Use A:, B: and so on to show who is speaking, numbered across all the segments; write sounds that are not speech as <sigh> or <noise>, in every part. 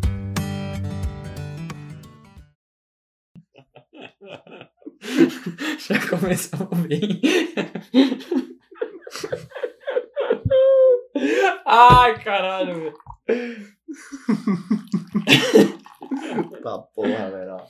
A: <laughs> Já começamos <laughs> bem. Ai, caralho, velho.
B: Tá porra, velho. ó.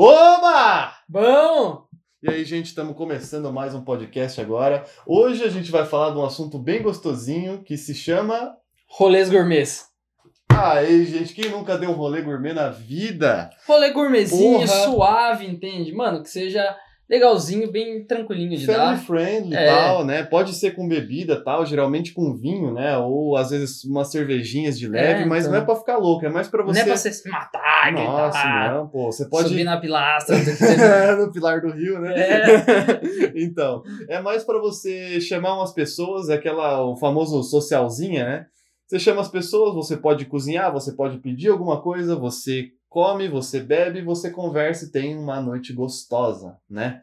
B: Oba!
A: Bom!
B: E aí, gente, estamos começando mais um podcast agora. Hoje a gente vai falar de um assunto bem gostosinho que se chama.
A: Rolês gourmets.
B: Aê, gente, quem nunca deu um rolê gourmet na vida?
A: Rolê gourmetzinho,
B: Porra.
A: suave, entende? Mano, que seja legalzinho, bem tranquilinho de
B: Family
A: dar.
B: friendly e
A: É.
B: tal, né? Pode ser com bebida tal, geralmente com vinho, né? Ou às vezes umas cervejinhas de leve, mas
A: então.
B: não é pra ficar louco, é mais pra
A: Não
B: você.
A: é pra você se matar,
B: Nossa,
A: gritar,
B: não, pô. Você pode.
A: subir na É. pilastra. não sei o que você-
B: <laughs> É, no Pilar do Rio, né? então, é mais pra você chamar umas pessoas, é aquela o famoso socialzinha, né? Você chama as pessoas, você pode cozinhar, você pode pedir alguma coisa, você come, você bebe, você conversa e tem uma noite gostosa, né?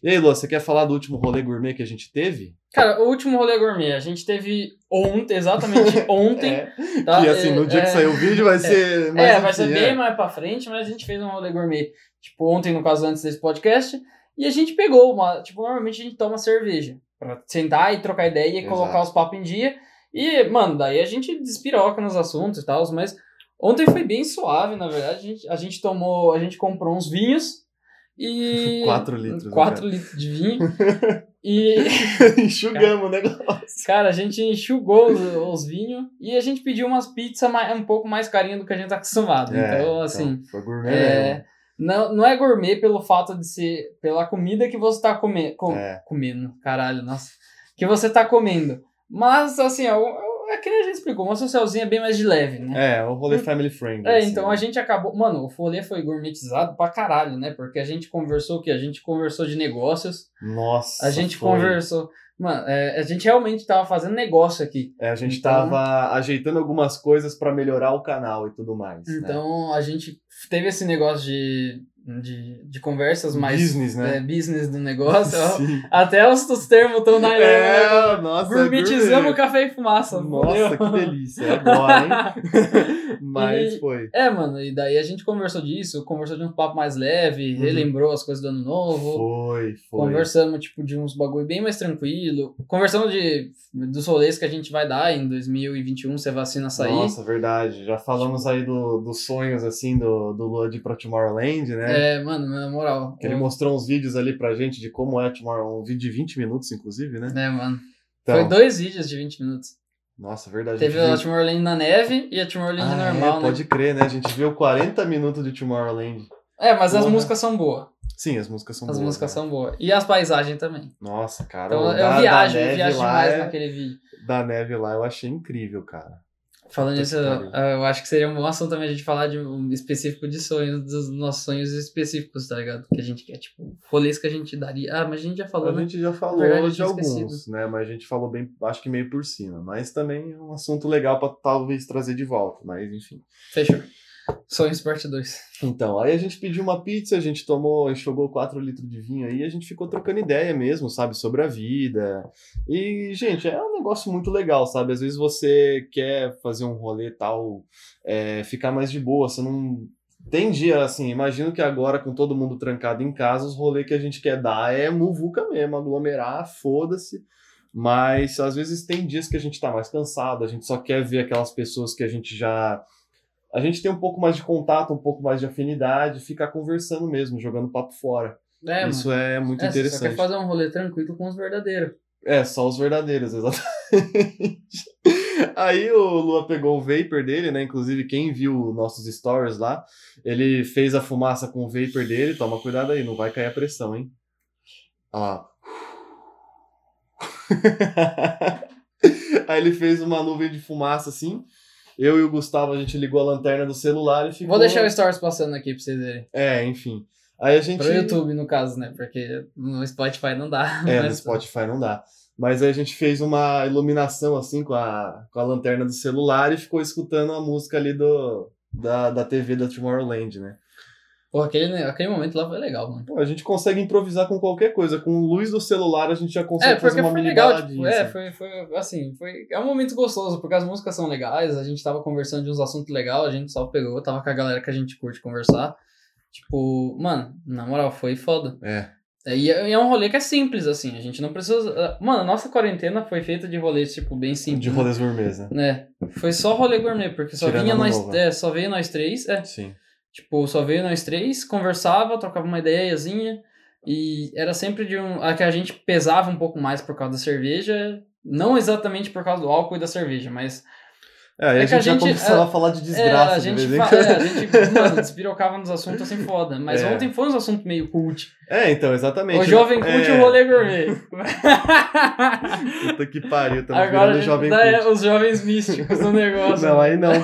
B: E aí, Lua, você quer falar do último rolê gourmet que a gente teve?
A: Cara, o último rolê gourmet, a gente teve ontem,
B: <laughs>
A: exatamente ontem.
B: É,
A: tá?
B: que assim, no dia
A: É,
B: que
A: é.
B: sair o vídeo vai ser mais
A: é, vai ser
B: assim,
A: bem
B: é.
A: mais pra frente, mas a gente fez um rolê gourmet, tipo, ontem, no caso, antes desse podcast, e a gente pegou uma. Tipo, normalmente a gente toma cerveja pra sentar e trocar ideia e
B: Exato.
A: colocar os papos em dia. E, mano, daí a gente despiroca nos assuntos e tal, mas ontem foi bem suave, na verdade. A gente, a gente tomou, a gente comprou uns vinhos e.
B: <laughs> Quatro litros, né,
A: 4 litros de
B: <laughs>
A: vinho. E.
B: Enxugamos o negócio.
A: Cara, a gente enxugou os, os vinhos e a gente pediu umas pizzas mais- um pouco mais carinha do que a gente tá acostumado.
B: É,
A: então, assim,
B: Foi gourmet
A: é, não, não é gourmet pelo fato de ser pela comida que você tá come, co-
B: mesmo. É.
A: comendo, caralho, nossa, que você tá comendo. Mas, assim, é, o- é que nem a gente explicou, uma socialzinha bem mais de leve, né?
B: É, o rolê family friendly.
A: É,
B: assim,
A: então
B: né?
A: a gente acabou. Mano, o rolê foi gourmetizado pra caralho, né? Porque a gente conversou o quê? A gente conversou de negócios,
B: Nossa.
A: a gente
B: foi.
A: conversou. Mano, é, a gente realmente tava fazendo negócio aqui.
B: É, a gente
A: Então-
B: tava ajeitando algumas coisas pra melhorar o canal e tudo mais. né?
A: Então a gente teve esse negócio de, de, de conversas mais
B: Business, né?
A: é, business do
B: <laughs>
A: negócio. ó.
B: Sim.
A: Até os, os termos estão na é,
B: É, nossa,
A: Gourmetizamos
B: gourmet.
A: café e fumaça.
B: Nossa,
A: entendeu?
B: que delícia. É Agora, hein?
A: <laughs>
B: Mas
A: E-
B: foi.
A: É, mano, e daí a gente conversou disso, conversou de um papo mais leve,
B: Uhum.
A: relembrou as coisas do ano novo.
B: Foi, foi.
A: Conversamos, tipo, de uns bagulho bem mais tranquilo. Conversamos de, dos rolês que a gente vai dar em 2021, se a vacina sair.
B: Nossa, verdade. Já falamos aí do- dos sonhos, assim, do, do Lua de ir pra Tomorrowland, né?
A: é, mano, na moral.
B: Que ele mostrou uns vídeos ali pra gente de como é Tomorrow, um vídeo de 20 minutos, inclusive, né?
A: É, mano.
B: Então,
A: Foi dois vídeos de 20 minutos.
B: Nossa, verdade.
A: Teve
B: gente
A: a
B: viu-
A: Tomorrowland na neve e a Tomorrowland
B: Ah,
A: normal,
B: é,
A: né?
B: Pode crer, né? A gente viu 40 minutos de Tomorrowland.
A: É, mas as
B: Porra.
A: músicas são boas.
B: Sim, as músicas são
A: As
B: boas,
A: músicas
B: né?
A: são boas. E as paisagens também.
B: Nossa, cara.
A: Então
B: o
A: eu
B: da-
A: viajo,
B: da
A: eu
B: neve
A: viajo
B: lá
A: demais
B: é-
A: naquele vídeo.
B: Da neve lá eu achei incrível, cara.
A: Falando
B: Puta
A: nisso,
B: que
A: eu,
B: pariu.
A: eu acho que seria um bom assunto também a gente falar de um específico de sonhos, dos nossos sonhos específicos, tá ligado? Que a gente quer, tipo, rolês que a gente daria. Ah, mas a gente já falou,
B: a
A: né?
B: gente já falou
A: verdade, eu
B: de
A: tinha
B: alguns,
A: esquecido.
B: né? Mas a gente falou bem, acho que meio por cima. Mas também é um assunto legal pra talvez trazer de volta, mas enfim.
A: Fechou. Sonhos parte 2.
B: Então, aí a gente pediu uma pizza, a gente tomou, enxugou 4 litros de vinho aí, a gente ficou trocando ideia mesmo, sabe, sobre a vida. E, gente, é um negócio muito legal, sabe? Às vezes você quer fazer um rolê e tal, é, ficar mais de boa, você não. Tem dia assim, imagino que agora com todo mundo trancado em casa, os rolês que a gente quer dar é muvuca mesmo, aglomerar, foda-se. Mas às vezes tem dias que a gente tá mais cansado, a gente só quer ver aquelas pessoas que a gente já. A gente tem um pouco mais de contato, um pouco mais de afinidade, ficar conversando mesmo, jogando papo fora.
A: É,
B: Isso
A: mano.
B: é muito
A: É, você só
B: interessante.
A: quer fazer um rolê tranquilo com os verdadeiros.
B: É, só os verdadeiros, <laughs> exatamente. Aí o Lua pegou o vapor dele, né? Inclusive, quem viu nossos stories lá, ele fez a fumaça com o vapor dele. Toma cuidado aí, não vai cair a pressão, hein? Olha lá. <laughs> aí ele fez uma nuvem de fumaça assim. Eu e o Gustavo, a gente ligou a lanterna do celular e ficou.
A: Vou deixar o Stories passando aqui pra vocês verem.
B: É, enfim. Aí a gente.
A: Pro YouTube, né? no caso, né? Porque no Spotify não dá.
B: É, no
A: mas-
B: Spotify não dá. Mas aí a gente fez uma iluminação assim com a, com a lanterna do celular e ficou escutando a música ali do, da, da TV da Tomorrowland, né?
A: Pô, aquele, aquele momento lá foi legal, mano.
B: Pô, a gente consegue improvisar com qualquer coisa. Com luz do celular a gente já consegue
A: É, porque
B: fazer uma assim.
A: foi
B: mini
A: legal,
B: baladinha.
A: tipo, é,
B: sabe?
A: foi, foi, assim, foi, é um momento gostoso, porque as músicas são legais, a gente tava conversando de uns assuntos legais, a gente só pegou, tava com a galera que a gente curte conversar, tipo, mano, na moral, foi foda.
B: É.
A: E é, e é um rolê que é simples, assim, a gente não precisa, mano, a nossa quarentena foi feita de rolês, tipo, bem simples.
B: De rolês gourmets, né?
A: Né, foi só rolê gourmet, porque só
B: Tirando
A: vinha
B: ano
A: nós,
B: novo. né?
A: é, só veio nós três, é,
B: Sim.
A: Tipo, só veio nós três, conversava, trocava uma ideiazinha. E era sempre de um. A que a gente pesava um pouco mais por causa da cerveja. Não exatamente por causa do álcool e da cerveja, mas.
B: É, aí
A: É
B: a
A: que a
B: gente já
A: gente-
B: começava a falar de desgraça. né,
A: é, a
B: de
A: gente,
B: vez em
A: fa-
B: quando. <laughs>
A: é, a gente mano, despirocava nos assuntos assim foda. Mas
B: É.
A: ontem foi um assunto meio cult.
B: É, então, exatamente.
A: O jovem cult e
B: é,
A: o rolê
B: <laughs>
A: gourmet. <laughs>
B: Puta que pariu, estamos
A: Agora a
B: virando
A: gente
B: jovem
A: dá é,
B: cult.
A: os jovens místicos
B: <laughs>
A: do negócio.
B: Não, aí não.
A: <laughs>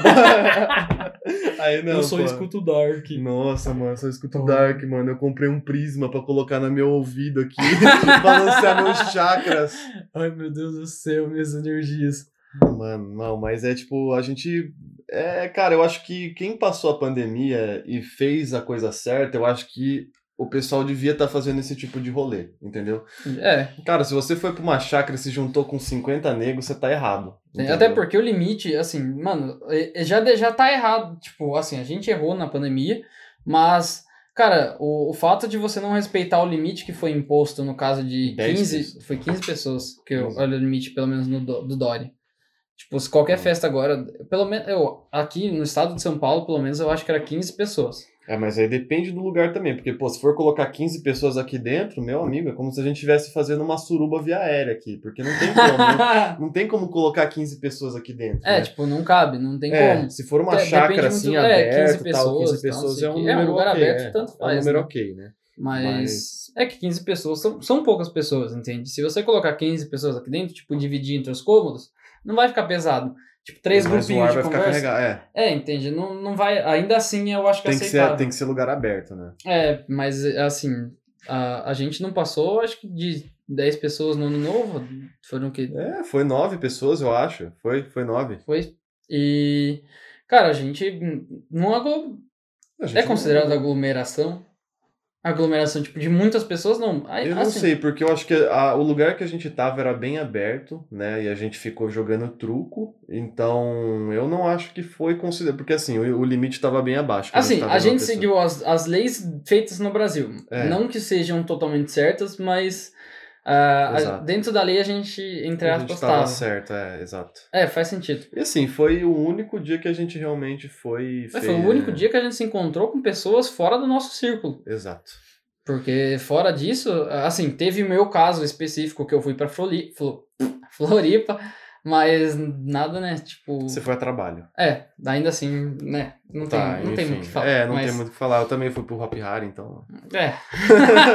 B: aí não.
A: eu sou
B: pô.
A: escuto dark.
B: Nossa, mano, eu só escuto
A: Pô.
B: Dark, mano. Eu comprei um prisma pra colocar no meu
A: <laughs>
B: ouvido aqui, balancear meus chakras.
A: Ai meu Deus do céu, minhas energias.
B: Mano, não, mas é tipo, a gente. É, cara, eu acho que quem passou a pandemia e fez a coisa certa, eu acho que o pessoal devia estar fazendo esse tipo de rolê, entendeu?
A: É,
B: Cara, se você foi pra uma chácara e se juntou com 50 negros, você tá errado.
A: Tem-
B: entendeu?
A: Até porque o limite, assim, mano, eh, eh, já, de- já tá errado. Tipo, assim, a gente errou na pandemia, mas, cara, o, o fato de você não respeitar o limite que foi imposto, no caso de
B: Dez
A: 15,
B: pessoas.
A: foi 15 pessoas, que eu,
B: Quinze.
A: olha o limite, pelo menos, no, do, do Dori. Tipo, se qualquer
B: Hum.
A: festa agora, pelo menos, eu, aqui no estado de São Paulo, pelo menos, eu acho que era 15
B: <laughs>
A: pessoas.
B: É, mas aí depende do lugar também, porque, pô, se for colocar 15 pessoas aqui dentro, meu amigo, é como se a gente estivesse fazendo uma suruba via aérea aqui, porque não tem como. né? não tem como colocar 15 pessoas aqui dentro.
A: é,
B: né?
A: tipo, não cabe, não tem
B: É,
A: como.
B: se for uma
A: Depende
B: chácara
A: muito-
B: assim,
A: é, 15
B: aberta, e tal, 15
A: pessoas, tal,
B: pessoas
A: não sei
B: é
A: o
B: um
A: quê. É, um
B: número
A: lugar
B: ok,
A: aberto,
B: é.
A: tanto
B: É um
A: faz,
B: número
A: né?
B: ok, né?
A: Mas é que 15 pessoas são, são poucas pessoas, entende? Se você colocar 15 pessoas aqui dentro, tipo, dividir entre os cômodos, não vai ficar pesado. Tipo, três
B: Mas o
A: grupinhos
B: ar
A: de
B: vai ficar
A: conversa.
B: carregado, é.
A: É, entende? Não, não vai. Ainda assim, eu acho que é
B: Tem que, ser,
A: aceitável.
B: tem que ser lugar aberto, né?
A: É, mas assim, a, a gente não passou, acho que de 10 pessoas no ano novo, foram o quê?
B: É, foi nove pessoas, eu acho. Foi, foi nove.
A: Foi. E. Cara, a gente não aglo...
B: A gente
A: é
B: não-
A: considerado aglomeração? Aglomeração, tipo, de muitas pessoas, não. Aí,
B: Eu não
A: assim,
B: sei, porque eu acho que a- o lugar que a gente tava era bem aberto, né? E a gente ficou jogando truco. Então, eu não acho que foi considerado. Porque assim, o, o limite tava bem abaixo. quando
A: Assim,
B: tava
A: a
B: vendo uma
A: gente
B: pessoa.
A: seguiu as, as leis feitas no Brasil.
B: É.
A: Não que sejam totalmente certas, mas ah, a-
B: Exato.
A: dentro da lei a gente, entre
B: A gente
A: aspas,
B: tava
A: tava.
B: certo, é, exato.
A: É, faz sentido.
B: E assim, foi o único dia que a gente realmente foi.
A: Mas foi
B: feio,
A: o único
B: né?
A: dia que a gente se encontrou com pessoas fora do nosso círculo.
B: Exato.
A: Porque fora disso, assim, teve o meu caso específico que eu fui pra Flori- Flo- Floripa, mas nada, né? Tipo.
B: Você foi a trabalho.
A: É, ainda assim, né? Não,
B: Tá,
A: tem, não tem
B: enfim.
A: muito o que falar.
B: É, não
A: mas-
B: tem muito o que falar. Eu também fui pro Happy Hari, então.
A: É,
B: <laughs>
A: <laughs>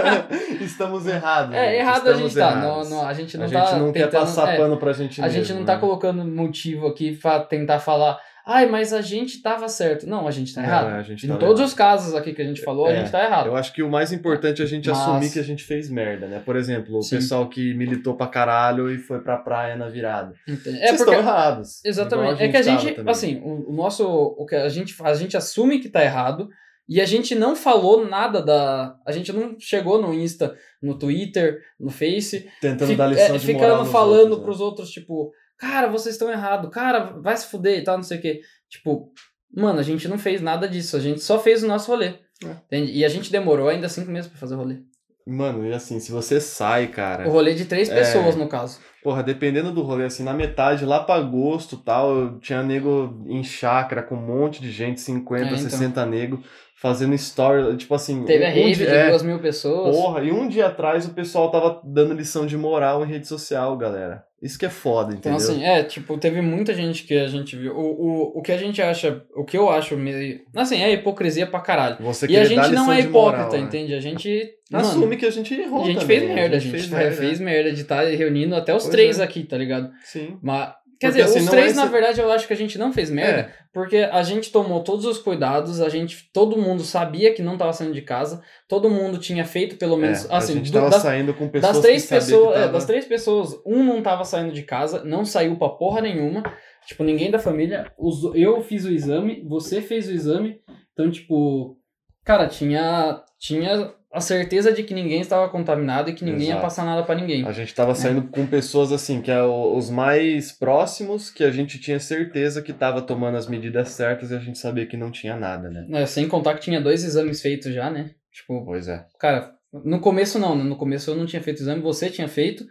B: Estamos errados.
A: é
B: gente.
A: errado a
B: Estamos
A: gente tá. Não,
B: errados.
A: não, a gente não
B: a gente
A: tá.
B: não quer
A: tentando-
B: passar
A: é.
B: pano pra gente
A: A gente
B: mesmo,
A: não tá
B: né?
A: colocando motivo aqui pra tentar falar, ai, mas a gente tava certo. Não, a gente tá
B: É,
A: errado.
B: a gente
A: em
B: tá
A: todos
B: errado.
A: os casos aqui que a gente falou,
B: É,
A: a gente tá errado.
B: Eu acho que o mais importante é a gente
A: Mas-
B: assumir que a gente fez merda, né? Por exemplo, o
A: Sim.
B: pessoal que militou pra caralho e foi pra praia na virada.
A: Entende?
B: Vocês
A: É porque
B: estão errados.
A: exatamente,
B: Igual
A: é que a
B: tava
A: gente,
B: também.
A: assim, o, o nosso, o que a gente faz, a gente assume que tá errado e a gente não falou nada da, a gente não chegou no Insta, no Twitter, no Face
B: tentando
A: Fic-
B: dar lição
A: é,
B: de moral
A: ficando
B: nos
A: falando
B: outros, né?
A: pros outros, tipo, cara, vocês estão errados, cara, vai se fuder e tal, não sei o quê. Tipo, mano, a gente não fez nada disso, a gente só fez o nosso rolê.
B: É.
A: Entende? E a gente demorou ainda cinco meses pra fazer o rolê.
B: Mano, e assim, se você sai, cara.
A: O rolê de três
B: É.
A: pessoas, no caso.
B: Porra, dependendo do rolê, assim, na metade, lá pra agosto tal, eu tinha nego em chácara com um monte de gente, 50,
A: É, então.
B: 60 nego, fazendo story, tipo assim...
A: Teve
B: um,
A: a
B: um
A: rave
B: dia-
A: de
B: é,
A: duas mil pessoas.
B: Porra, e um dia atrás o pessoal tava dando lição de moral em rede social, galera. Isso que é foda,
A: Então,
B: entendeu?
A: assim, é, tipo, teve muita gente que a gente viu. O, o, o que a gente acha, o que eu acho meio. Assim, é hipocrisia pra caralho.
B: Você
A: E a
B: querer dar
A: gente não
B: lição
A: é
B: de moral,
A: hipócrita,
B: né?
A: entende? A gente.
B: Assume
A: mano,
B: que a gente errou
A: a gente
B: também, né?
A: fez merda, a gente, fez, merda. de estar reunindo até os
B: Pois
A: três
B: é.
A: aqui, tá ligado?
B: Sim.
A: Mas, quer dizer,
B: Porque, assim,
A: os
B: não
A: três,
B: é
A: na
B: esse-
A: verdade, eu acho que a gente não fez merda,
B: É,
A: porque a gente tomou todos os cuidados, a gente, todo mundo sabia que não tava saindo de casa, todo mundo tinha feito pelo menos,
B: É, a
A: assim,
B: gente
A: do-
B: tava
A: das,
B: saindo com pessoas
A: das três
B: que sabia
A: pessoas,
B: que
A: é,
B: tava...
A: das três pessoas, um não tava saindo de casa, não saiu pra porra nenhuma, tipo, ninguém da família, os- eu fiz o exame, você fez o exame, então, tipo, Cara, tinha, tinha a certeza de que ninguém estava contaminado e que ninguém ia
B: Exato.
A: passar nada pra ninguém.
B: A gente tava saindo com pessoas assim, que é o- os mais próximos, que a gente tinha certeza que tava tomando as medidas certas e a gente sabia que não tinha nada, né?
A: É, sem contar que tinha dois exames feitos já, né? Tipo,
B: Pois é.
A: cara, no começo não, né? No começo eu não tinha feito exame, você tinha feito,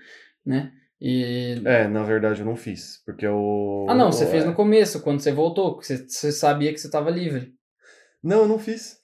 A: né? E.
B: É, na verdade eu não fiz, porque é o.
A: Ah, não, você
B: o-
A: fez no começo, quando você voltou, que você, você sabia que você estava livre.
B: Não, eu não fiz.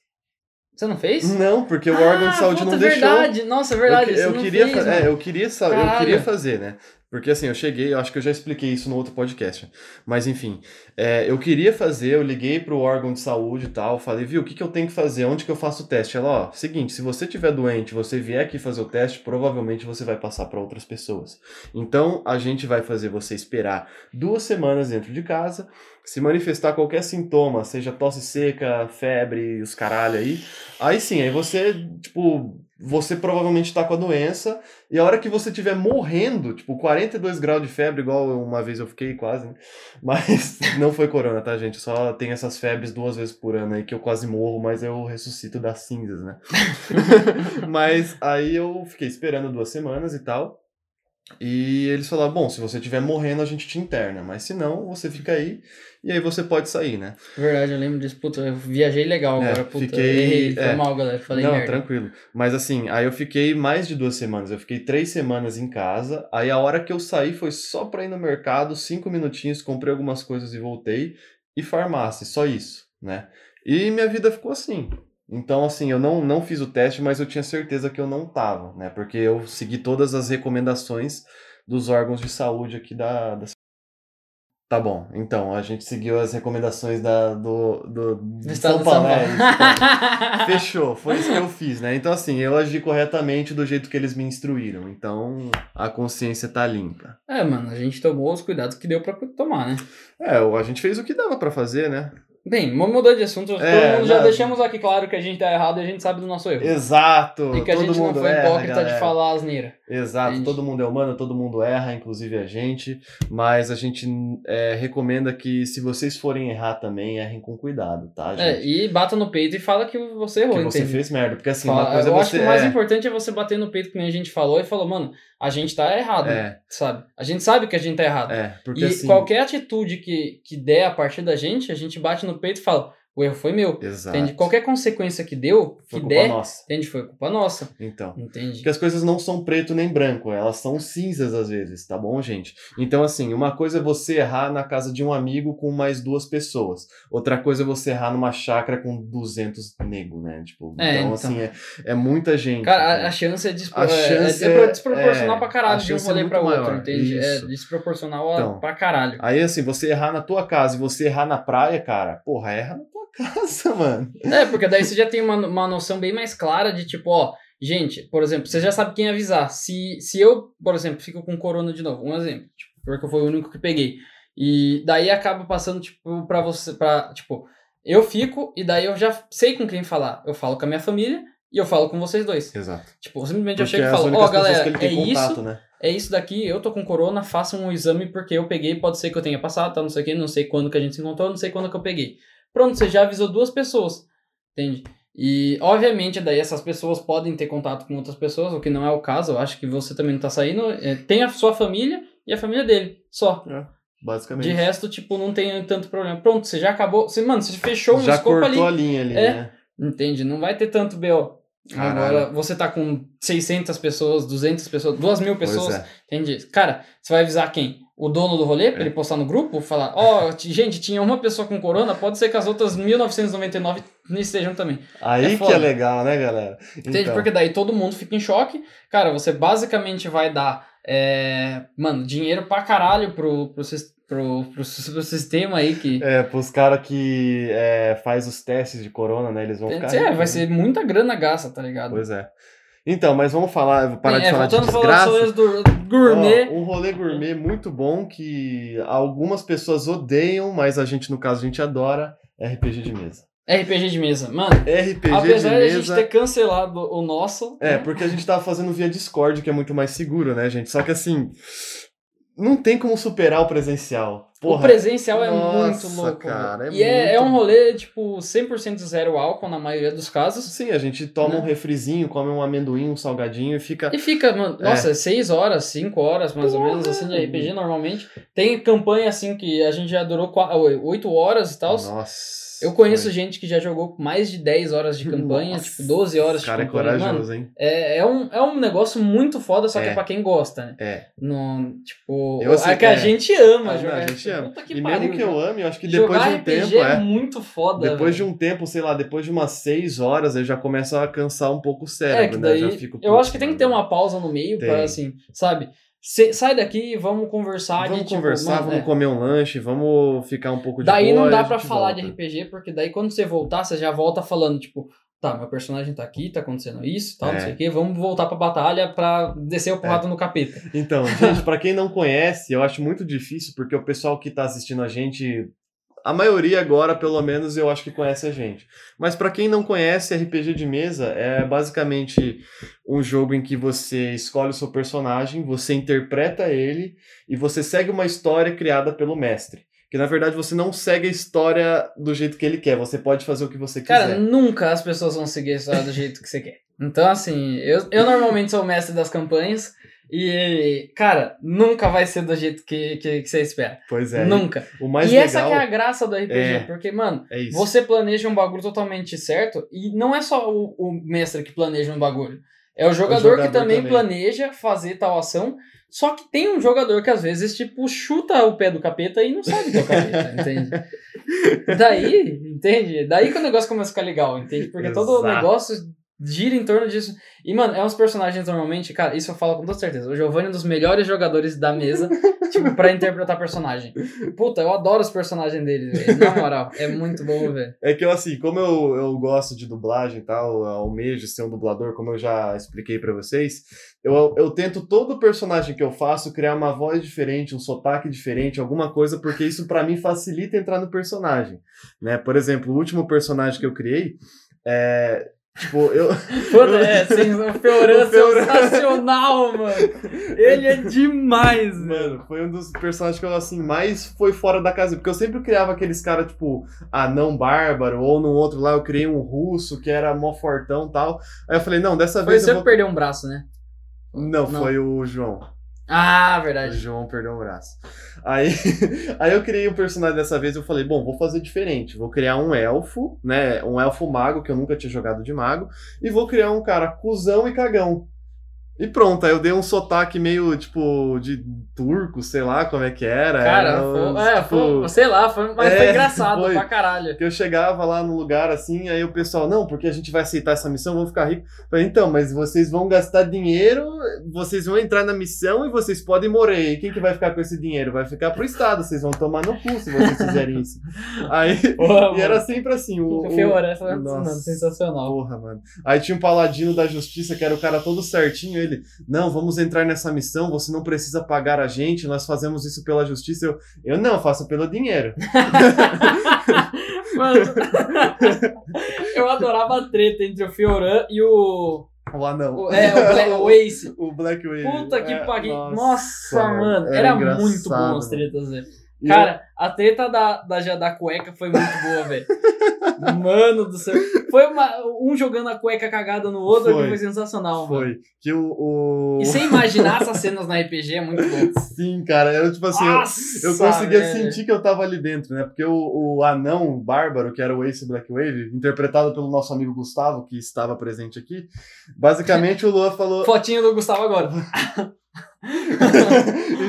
A: Você não fez?
B: Não, porque o
A: Ah,
B: órgão de saúde
A: puta,
B: não
A: é
B: deixou.
A: verdade. Nossa, é verdade.
B: Eu,
A: você
B: eu
A: não
B: queria,
A: fez, né?
B: fa-
A: mano.
B: é, eu queria sa- eu
A: Caralho.
B: queria fazer, né? Porque assim, eu cheguei, eu acho que eu já expliquei isso no outro podcast. Mas enfim, é, eu queria fazer, eu liguei pro órgão de saúde e tal, falei, viu, o que, que eu tenho que fazer? Onde que eu faço o teste? Ela, ó, seguinte, se você tiver doente, você vier aqui fazer o teste, provavelmente você vai passar para outras pessoas. Então, a gente vai fazer você esperar duas semanas dentro de casa, se manifestar qualquer sintoma, seja tosse seca, febre, os caralho aí, aí sim, aí você, tipo, você provavelmente tá com a doença, e a hora que você tiver morrendo, tipo, 42 graus de febre, igual uma vez eu fiquei quase, <laughs> né? mas não foi corona, tá, gente? Só tem essas febres duas vezes por ano aí que eu quase morro, mas eu ressuscito das cinzas, né? mas aí eu fiquei esperando duas semanas e tal. E eles falaram: bom, se você estiver morrendo, a gente te interna, mas se não, você fica aí e aí você pode sair, né?
A: Verdade, eu lembro disso. Puta, eu viajei legal
B: É,
A: agora. Puta,
B: fiquei-
A: eu errei. Foi
B: é.
A: mal, galera. Falei
B: não,
A: merda.
B: tranquilo. Mas assim, aí eu fiquei mais de duas semanas. Eu fiquei três semanas em casa. Aí a hora que eu saí foi só pra ir no mercado, cinco minutinhos, comprei algumas coisas e voltei. E farmácia, só isso, né? E minha vida ficou assim. Então, assim, eu não, não fiz o teste, mas eu tinha certeza que eu não tava, né? Porque eu segui todas as recomendações dos órgãos de saúde aqui da, da... Tá bom, então, a gente seguiu as recomendações da, do, do,
A: No estado de São Paulo.
B: é, isso, tá. Fechou, foi isso que eu fiz, né? Então, assim, eu agi corretamente do jeito que eles me instruíram. Então, a consciência tá limpa.
A: <laughs> é, mano, a gente tomou os cuidados que deu pra tomar, né?
B: É, a gente fez o que dava pra fazer, né?
A: Bem, vamos mudar de assunto.
B: É,
A: Todo mundo já
B: não.
A: deixamos aqui claro que a gente tá errado e a gente sabe do nosso erro.
B: Exato!
A: e que a
B: todo
A: gente não
B: mundo
A: foi
B: erra,
A: hipócrita
B: galera.
A: de falar asneira.
B: Exato,
A: Entende?
B: todo mundo é humano, todo mundo erra, inclusive a gente. Mas a gente é, recomenda que, se vocês forem errar também, errem com cuidado, tá,
A: É,
B: gente?
A: e bata no peito e fala que você errou,
B: que você
A: entende?
B: fez merda. Porque, assim,
A: Fala-
B: uma coisa
A: eu
B: é você.
A: acho que o mais
B: é,
A: importante é você bater no peito, que nem a gente falou, e falou, mano, a gente tá errado,
B: é,
A: sabe? A gente sabe que a gente tá errado.
B: é, porque
A: e
B: assim.
A: qualquer atitude que, que der a partir da gente, a gente bate no peito e fala, o erro foi meu.
B: Exato.
A: Entende? Qualquer consequência que deu,
B: Foi
A: que
B: culpa
A: der,
B: nossa.
A: entende? Foi culpa nossa.
B: Então.
A: Entende?
B: Porque as coisas não são preto nem branco, elas são cinzas às vezes, tá bom, gente? Então, assim, uma coisa é você errar na casa de um amigo com mais duas pessoas, outra coisa é você errar numa chácara com 200 negros, né? Tipo,
A: É,
B: então,
A: então.
B: assim, é, é muita gente.
A: Cara, a,
B: né?
A: a chance é, despro-
B: A
A: é-
B: chance
A: é, despro-
B: é-
A: desproporcional
B: é,
A: pra
B: a
A: caralho de um
B: chance é
A: rolê
B: muito
A: pra outro,
B: maior,
A: entende? É
B: isso.
A: desproporcional a-
B: Então.
A: pra caralho.
B: Aí, assim, você errar na tua casa e você errar na praia, cara, porra, erra na tua <laughs> casa, mano.
A: É, porque daí você já tem uma, uma noção bem mais clara de tipo, ó, gente, por exemplo, você já sabe quem avisar. Se, se eu, por exemplo, fico com corona de novo, um exemplo, tipo, porque eu fui o único que peguei. E daí acaba passando, tipo, pra você, pra, tipo, eu fico e daí eu já sei com quem falar. Eu falo com a minha família e eu falo com vocês dois.
B: Exato.
A: Tipo, simplesmente eu
B: Porque
A: chego
B: é
A: e
B: as
A: falo,
B: únicas
A: ó,
B: pessoas
A: galera,
B: que ele
A: é
B: tem
A: isso,
B: contato, né?
A: é isso daqui, eu tô com corona, façam um exame porque eu peguei, pode ser que eu tenha passado, tá, não sei o que, não sei quando que a gente se encontrou, não sei quando que eu peguei. Pronto, você já avisou duas pessoas, entende? E, obviamente, daí essas pessoas podem ter contato com outras pessoas, o que não é o caso, eu acho que você também não tá saindo, é, tem a sua família e a família dele, só.
B: Basicamente.
A: De resto, tipo, não tem tanto problema. Pronto, você já acabou, você, mano, você fechou um
B: Já
A: escopo ali,
B: cortou a linha ali,
A: É.
B: né?
A: entende? Não vai ter tanto B.O.
B: Caralho.
A: Agora, você tá com 600 pessoas, 200 pessoas, 2 mil
B: Pois
A: pessoas,
B: é.
A: Entendi. Cara, você vai avisar quem? O dono do rolê, pra ele postar no grupo, falar, ó, t- gente, tinha uma pessoa com corona, pode ser que as outras 1999 não estejam também.
B: Aí
A: É
B: que
A: foda.
B: é legal, né, galera?
A: Entende?
B: Então.
A: Porque daí todo mundo fica em choque. Cara, você basicamente vai dar, é, mano, dinheiro pra caralho pro, pro, sis- pro, pro, sis- pro sistema aí que...
B: É, pros caras que é, faz os testes de corona, né? Eles vão ficar.
A: É,
B: ricos,
A: vai
B: né?
A: ser muita grana gasta, tá ligado?
B: Pois é. Então, mas vamos falar, parar
A: Bem,
B: de falar de
A: É, voltando a falar
B: desgraça.
A: sobre as do gourmet,
B: Ó, um rolê gourmet muito bom que algumas pessoas odeiam, mas a gente, no caso, a gente adora. é RPG de mesa.
A: RPG de mesa. Mano,
B: RPG
A: apesar
B: de
A: de a gente
B: mesa.
A: ter cancelado o nosso...
B: É,
A: né?
B: porque a gente tava fazendo via Discord, que é muito mais seguro, né, gente? Só que assim. não tem como superar o presencial.
A: o
B: Porra,
A: presencial é
B: Nossa,
A: muito louco.
B: cara,
A: velho.
B: é
A: e é, é
B: muito-
A: um rolê, tipo, 100% zero álcool na maioria dos casos.
B: sim, a gente toma
A: Né?
B: um refrizinho, come um amendoim, um salgadinho e fica.
A: E fica, mano,
B: É.
A: nossa, 6 horas, 5 horas, mais ou
B: Porra!
A: menos, assim, de RPG normalmente. Tem campanha, assim, que a gente já durou 8 horas e tal.
B: Nossa.
A: Eu conheço gente que já jogou mais de 10 horas de campanha,
B: Nossa,
A: tipo, 12 horas
B: Esse cara é
A: de campanha. Mano,
B: corajoso, hein?
A: É, é, um, é um negócio muito foda, só que é,
B: É.
A: pra quem gosta, né?
B: É.
A: No, tipo,
B: Eu sei
A: é que a
B: que é.
A: gente ama
B: Ah,
A: jogar.
B: não, a gente ama.
A: Puta que
B: E
A: pariu,
B: mesmo que eu ame, eu acho que depois
A: jogar
B: de um
A: RPG
B: tempo,
A: é
B: é.
A: muito foda.
B: Depois de
A: velho.
B: um tempo, sei lá, depois de umas seis horas, eu já começo a cansar um pouco o cérebro,
A: É, que
B: né?
A: daí.
B: já fico,
A: eu
B: putz,
A: acho que tem que ter
B: mano.
A: uma pausa no meio
B: Tem.
A: pra, assim, sabe? Cê- sai daqui, vamos conversar.
B: Vamos
A: de, tipo,
B: conversar,
A: mano,
B: vamos
A: é.
B: comer um lanche, vamos ficar um pouco de
A: Daí
B: boa,
A: não
B: e a
A: dá pra
B: gente
A: falar
B: volta.
A: de RPG, porque daí quando você voltar, você já volta falando, tipo, tá, meu personagem tá aqui, tá acontecendo isso, tal, não
B: É.
A: sei o quê, vamos voltar pra batalha pra descer o porrada no capeta.
B: Então, gente, pra quem não conhece, eu acho muito difícil, porque o pessoal que tá assistindo a gente, a maioria agora, pelo menos, eu acho que conhece a gente. Mas pra quem não conhece, RPG de mesa é basicamente um jogo em que você escolhe o seu personagem, você interpreta ele e você segue uma história criada pelo mestre. Que na verdade você não segue a história do jeito que ele quer, você pode fazer o que você quiser.
A: Cara, nunca as pessoas vão seguir a história do jeito que você quer. Então, assim, eu, eu normalmente sou o mestre das campanhas e, cara, nunca vai ser do jeito que, que, que você espera.
B: pois é.
A: nunca.
B: O mais
A: e
B: legal
A: essa que é a graça do RPG,
B: É.
A: porque, mano,
B: é isso.
A: você planeja um bagulho totalmente certo e não é só o, o mestre que planeja um bagulho. É o jogador, que
B: jogador
A: também,
B: também.
A: planeja fazer tal ação, só que tem um jogador que às vezes, tipo, chuta o pé do capeta e não sabe que é o
B: <laughs>
A: capeta, entende? Daí, entende? Daí que o negócio começa a ficar legal, entende? Porque todo o
B: Exato.
A: negócio gira em torno disso. E, mano, é uns personagens normalmente, cara, isso eu falo com toda certeza. O Giovanni é um dos melhores jogadores da
B: <laughs>
A: mesa, tipo, pra interpretar personagem. Puta, eu adoro os personagens dele, velho. Na moral, é muito bom, velho.
B: É que eu, assim, como eu, eu gosto de dublagem e tal, almejo ser um dublador, como eu já expliquei pra vocês, eu, eu tento todo personagem que eu faço criar uma voz diferente, um sotaque diferente, alguma coisa, porque isso pra mim facilita entrar no personagem, né? Por exemplo, o último personagem que eu criei é. Tipo, eu.
A: Puta, é, sim, o Feoran é
B: O Feoran.
A: sensacional, mano. Ele é demais, mano.
B: Mano, foi um dos personagens que eu, assim, mais foi fora da casa. Porque eu sempre criava aqueles caras, tipo, anão bárbaro, ou num outro lá eu criei um russo que era mó fortão e tal. Aí eu falei, não, dessa
A: Foi
B: vez
A: você
B: eu
A: que
B: vou
A: perdeu um braço, né?
B: Não,
A: Não.
B: foi o João.
A: Ah,
B: O
A: verdade.
B: João perdeu o braço. Aí, <laughs> aí eu criei o personagem dessa vez eu falei, bom, vou fazer diferente. Vou criar um elfo, né? Um elfo mago, que eu nunca tinha jogado de mago. E vou criar um cara cuzão e cagão. E pronto, aí eu dei um sotaque meio, tipo, de turco, sei lá como é que era.
A: Cara,
B: era uns,
A: foi, é,
B: tipo,
A: foi, sei lá, foi, mas
B: É,
A: foi engraçado
B: foi.
A: pra caralho.
B: que eu chegava lá no lugar assim, aí o pessoal, não, porque a gente vai aceitar essa missão, vamos ficar rico. Eu Falei, então, mas vocês vão gastar dinheiro, vocês vão entrar na missão e vocês podem morrer. E quem que vai ficar com esse dinheiro? Vai ficar pro Estado, vocês vão tomar no cu se vocês fizerem isso. Aí,
A: Porra,
B: e era sempre assim, o.
A: O
B: o-
A: Fiora foi
B: Nossa.
A: sensacional.
B: Porra, mano. Aí tinha um paladino da justiça, que era o cara todo certinho. Ele, não, vamos entrar nessa missão, você não precisa pagar a gente, nós fazemos isso pela justiça. Eu, eu não, faço pelo dinheiro.
A: Mano, <laughs> eu adorava a treta entre o Fioran e o.
B: O anão.
A: o- é, o, Bla- o
B: <laughs>
A: Ace.
B: O Black Wave.
A: Puta que
B: É,
A: pariu. Nossa, mano.
B: mano,
A: Era,
B: era
A: muito
B: engraçado,
A: bom as tretas, velho.
B: E
A: Cara, a treta da, da, já da cueca foi muito boa,
B: <laughs>
A: velho. Mano do céu. Foi uma- um jogando a cueca cagada no outro que
B: Foi.
A: foi sensacional,
B: eu-
A: mano. é
B: foi que o. o-
A: E sem imaginar essas cenas na RPG é muito bom.
B: Sim, cara. Era tipo assim. eu-
A: Nossa,
B: eu conseguia
A: velho.
B: sentir que eu tava ali dentro, né? Porque o, o anão bárbaro, que era o Ace Black Wave, interpretado pelo nosso amigo Gustavo, que estava presente aqui, basicamente o Lua falou.
A: Fotinho do Gustavo agora.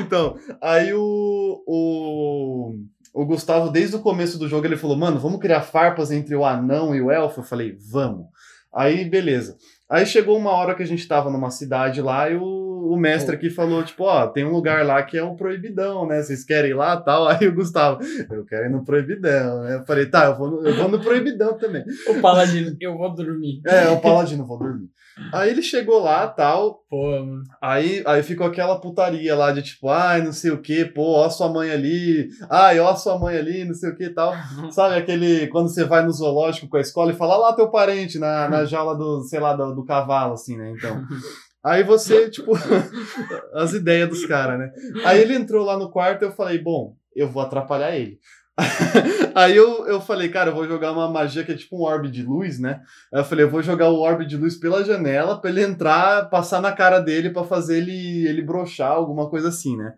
B: então, aí o, o, o Gustavo, desde o começo do jogo, ele falou: Mano, vamos criar farpas entre o anão e o elfo? Eu falei: Vamos. Aí, beleza. Aí chegou uma hora que a gente tava numa cidade lá e o, o mestre aqui falou: Tipo, ó, tem um lugar lá que é um proibidão, né? Vocês querem ir lá tal? <laughs> Aí o Gustavo: Eu quero ir no proibidão. né? Eu falei: Tá, eu vou no, eu vou no proibidão também.
A: O Paladino, eu vou dormir.
B: É, o paladino, vou dormir. Aí ele chegou lá tal,
A: Pô, mano.
B: Aí, aí ficou aquela putaria lá de tipo, ai, não sei o que, pô, ó sua mãe ali, ai, ó sua mãe ali, não sei o que e tal. Sabe aquele, quando você vai no zoológico com a escola e fala "Olha lá teu parente na, na jaula do, sei lá, do, do cavalo, assim, né? Então. Aí você, tipo, <laughs> as ideias dos caras, né? Aí ele entrou lá no quarto, eu falei, bom, eu vou atrapalhar ele. <laughs> Aí eu, eu falei, cara, eu vou jogar uma magia que é tipo um orbe de luz, né? Aí eu falei, eu vou jogar o orbe de luz pela janela pra ele entrar, passar na cara dele pra fazer ele, ele brochar, alguma coisa assim, né?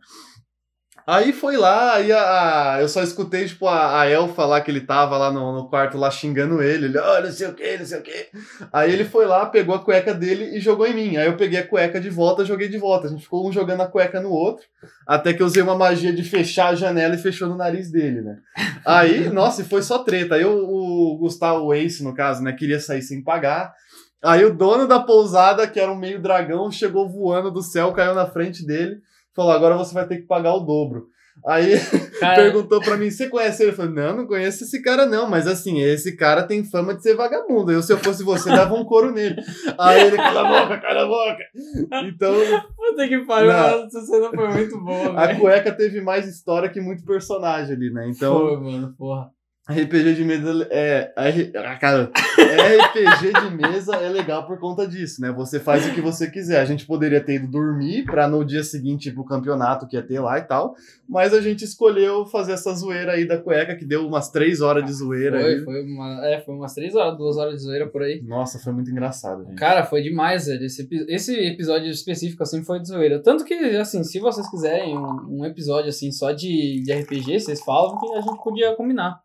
B: Aí foi lá, aí a, a- eu só escutei, tipo, a, a El falar que ele tava lá no, no quarto, lá xingando ele, ele, ah, não sei o que, não sei o que. Aí ele foi lá, pegou a cueca dele e jogou em mim. Aí eu peguei a cueca de volta, joguei de volta. A gente ficou um jogando a cueca no outro, até que eu usei uma magia de fechar a janela e fechou no nariz dele, né? Aí, nossa, e foi só treta. Aí o, o Gustavo o Ace, no caso, né, queria sair sem pagar. Aí o dono da pousada, que era um meio dragão, chegou voando do céu, caiu na frente dele. Falou, agora você vai ter que pagar o dobro. Aí <laughs>
A: Cara,
B: perguntou pra mim, você conhece ele? Eu falei, não, não conheço esse cara não, mas assim, esse cara tem fama de ser vagabundo, eu se eu fosse você, dava um couro nele. Aí ele, cala a boca, cala a boca. Então,
A: puta que pariu,
B: Não. Ah,
A: essa cena foi muito boa,
B: a
A: velho.
B: cueca teve mais história que muito personagem ali, né? Então,
A: Foi, mano, porra.
B: RPG de mesa é, R- ah, cara, RPG de mesa é legal por conta disso, né? Você faz o que você quiser. A gente poderia ter ido dormir pra no dia seguinte ir pro campeonato que ia ter lá e tal, mas a gente escolheu fazer essa zoeira aí da cueca que deu umas três horas de zoeira. aí.
A: Foi, foi, uma, é, foi umas três horas, duas horas de zoeira por aí.
B: Nossa, foi muito engraçado, gente.
A: Cara, foi demais, velho. Esse, epi- esse episódio específico, assim, foi de zoeira. Tanto que, assim, se vocês quiserem um, um episódio, assim, só de, de RPG, vocês falam que a gente podia combinar.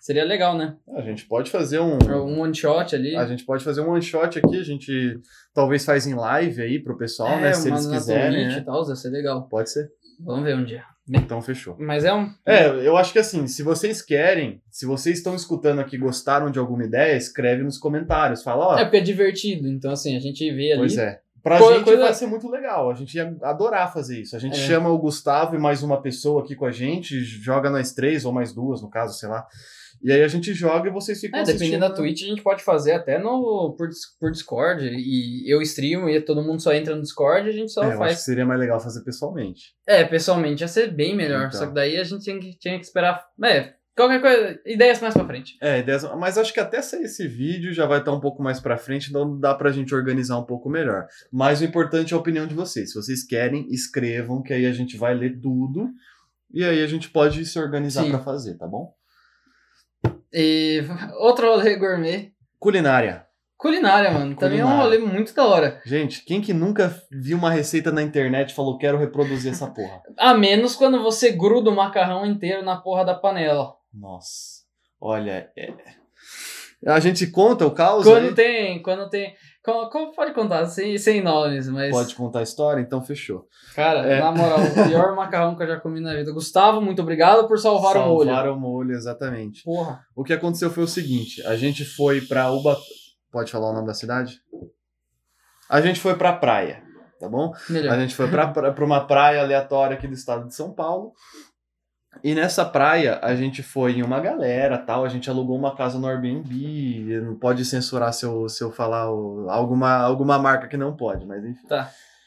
A: Seria legal, né?
B: A gente pode fazer um
A: Um one-shot ali.
B: a gente pode fazer um one shot aqui, a gente talvez faz em live aí pro pessoal, né, se
A: uma
B: eles
A: na
B: quiserem,
A: Twitch
B: né?
A: É, e tal, ia ser legal.
B: Pode ser.
A: Vamos ver um dia.
B: Então fechou.
A: Mas é um...
B: É, eu acho que assim, se vocês querem, se vocês estão escutando aqui, gostaram de alguma ideia, escreve nos comentários, fala, ó,
A: É porque é divertido, então assim, a gente vê ali.
B: Ah. pois é. Pra
A: Coisa-
B: gente
A: coisa-
B: vai ser muito legal, a gente ia adorar fazer isso. A gente
A: É.
B: chama o Gustavo e mais uma pessoa aqui com a gente, joga nós três, ou mais duas, no caso, sei lá. E aí a gente joga e vocês ficam
A: É, dependendo
B: assistindo,
A: da
B: né?
A: Twitch, a gente pode fazer até no, por, dis- por Discord. E eu streamo e todo mundo só entra no Discord e a gente só
B: É, eu acho
A: faz.
B: que seria mais legal fazer pessoalmente.
A: É, pessoalmente ia ser bem melhor.
B: Então.
A: Só que daí a gente tinha que, tinha que esperar. É, qualquer coisa. Ideias mais pra frente.
B: É, ideias- mas acho que até sair esse vídeo já vai estar um pouco mais pra frente, então dá pra gente organizar um pouco melhor. Mas o importante é a opinião de vocês. Se vocês querem, escrevam, que aí a gente vai ler tudo e aí a gente pode se organizar
A: Sim.
B: pra fazer, tá bom?
A: E <laughs> outro rolê gourmet.
B: Culinária.
A: Culinária, mano. Também é um rolê
B: Culinária.
A: muito da hora.
B: Gente, quem que nunca viu uma receita na internet e falou quero reproduzir essa
A: <laughs>
B: porra?
A: A menos quando você gruda o macarrão inteiro na porra da panela.
B: Nossa. Olha, é- a gente conta o caos? né?
A: Quando
B: aí?
A: tem, quando tem. Como, como pode contar? Sem, sem nomes, mas.
B: Pode contar a história? Então fechou.
A: Cara,
B: É.
A: na moral, o
B: <laughs>
A: pior macarrão que eu já comi na vida. Gustavo, muito obrigado por salvar o molho.
B: Salvaram o molho, exatamente.
A: Porra.
B: O que aconteceu foi o seguinte: a gente foi pra Uba. Pode falar o nome da cidade? A gente foi pra praia, tá bom? A
A: Melhor.
B: gente foi pra, pra, pra uma praia aleatória aqui do estado de São Paulo. E nessa praia a gente foi em uma galera tal. A gente alugou uma casa no Airbnb. Não pode censurar se eu, se eu falar o- alguma, alguma marca que não pode, mas enfim.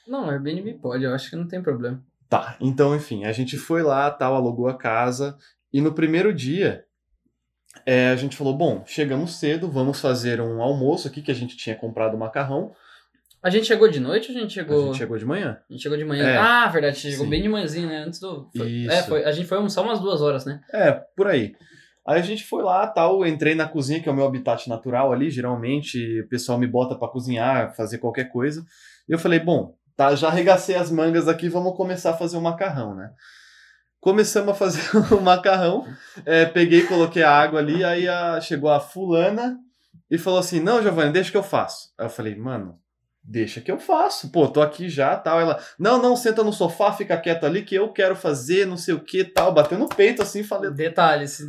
A: Não, Airbnb pode, eu acho que não tem problema.
B: Tá, então, enfim, a gente foi lá, tal, alugou a casa, e no primeiro dia é, a gente falou: bom, chegamos cedo, vamos fazer um almoço aqui, que a gente tinha comprado macarrão.
A: A gente chegou de noite ou a gente
B: A
A: chegou.
B: gente chegou de manhã.
A: A gente chegou de manhã.
B: É.
A: Ah, verdade, a gente chegou
B: Sim.
A: bem de manhãzinha, né? Antes do. foi-
B: Isso.
A: É, foi. A gente foi almoçar umas duas horas, né?
B: É, por aí. Aí a gente foi lá, tal, eu entrei na cozinha, que é o meu habitat natural ali, geralmente o pessoal me bota pra cozinhar, fazer qualquer coisa. E eu falei, bom, tá, já arregacei as mangas aqui, vamos começar a fazer o macarrão, né? Começamos a fazer <laughs> o macarrão, é, peguei, coloquei a água ali, aí a- chegou a fulana e falou assim, não, Giovanni, deixa que eu faço. Aí eu falei, mano, deixa que eu faço, pô, tô aqui já, tal. Ela, não, não, senta no sofá, fica quieto ali que eu quero fazer, não sei o que, tal. Bateu no peito assim, falei,
A: Detalhe, se-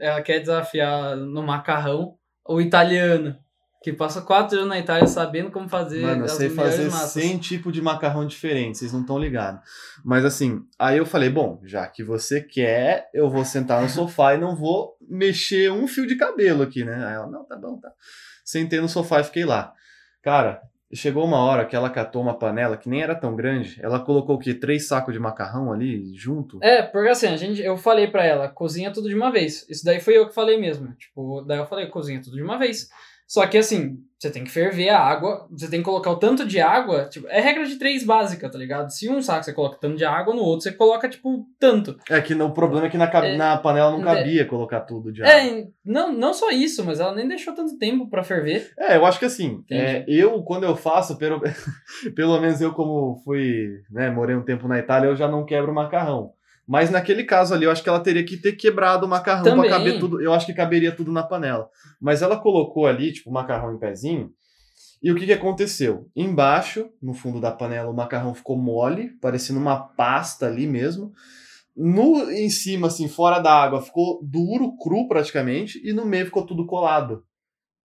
A: ela quer desafiar no macarrão o italiano. Que passa quatro anos na Itália sabendo como fazer
B: Mano, eu
A: as
B: sei
A: melhores
B: fazer
A: massas.
B: 100 tipos de macarrão diferente, vocês não estão ligados. Mas assim, aí eu falei, bom, já que você quer, eu vou sentar no sofá e não vou mexer um fio de cabelo aqui, né? Aí ela, não, tá bom, tá. Sentei no sofá e fiquei lá. Cara, chegou uma hora que ela catou uma panela que nem era tão grande, ela colocou o quê? Três sacos de macarrão ali junto?
A: É, porque assim, a gente, eu falei pra ela, cozinha tudo de uma vez. Isso daí foi eu que falei mesmo. Tipo, daí eu falei, cozinha tudo de uma vez. Só que assim, você tem que ferver a água, você tem que colocar o tanto de água. Tipo, é regra de três básica, tá ligado? Se um saco você coloca tanto de água, no outro você coloca, tipo, tanto.
B: É que não- o problema é que na, cab-
A: É.
B: na panela não
A: É.
B: cabia colocar tudo de água.
A: É, não, não só isso, mas ela nem deixou tanto tempo pra ferver.
B: É, eu acho que assim,
A: Entendi.
B: é, eu, quando eu faço, pelo, <laughs> pelo menos eu, como fui, né, morei um tempo na Itália, eu já não quebro macarrão. Mas naquele caso ali, eu acho que ela teria que ter quebrado o macarrão
A: Também.
B: pra caber tudo. Eu acho que caberia tudo na panela. Mas ela colocou ali, tipo, o macarrão em pezinho. E o que, que aconteceu? Embaixo, no fundo da panela, o macarrão ficou mole, parecendo uma pasta ali mesmo. No em cima, assim, fora da água, ficou duro, cru praticamente, e no meio ficou tudo colado.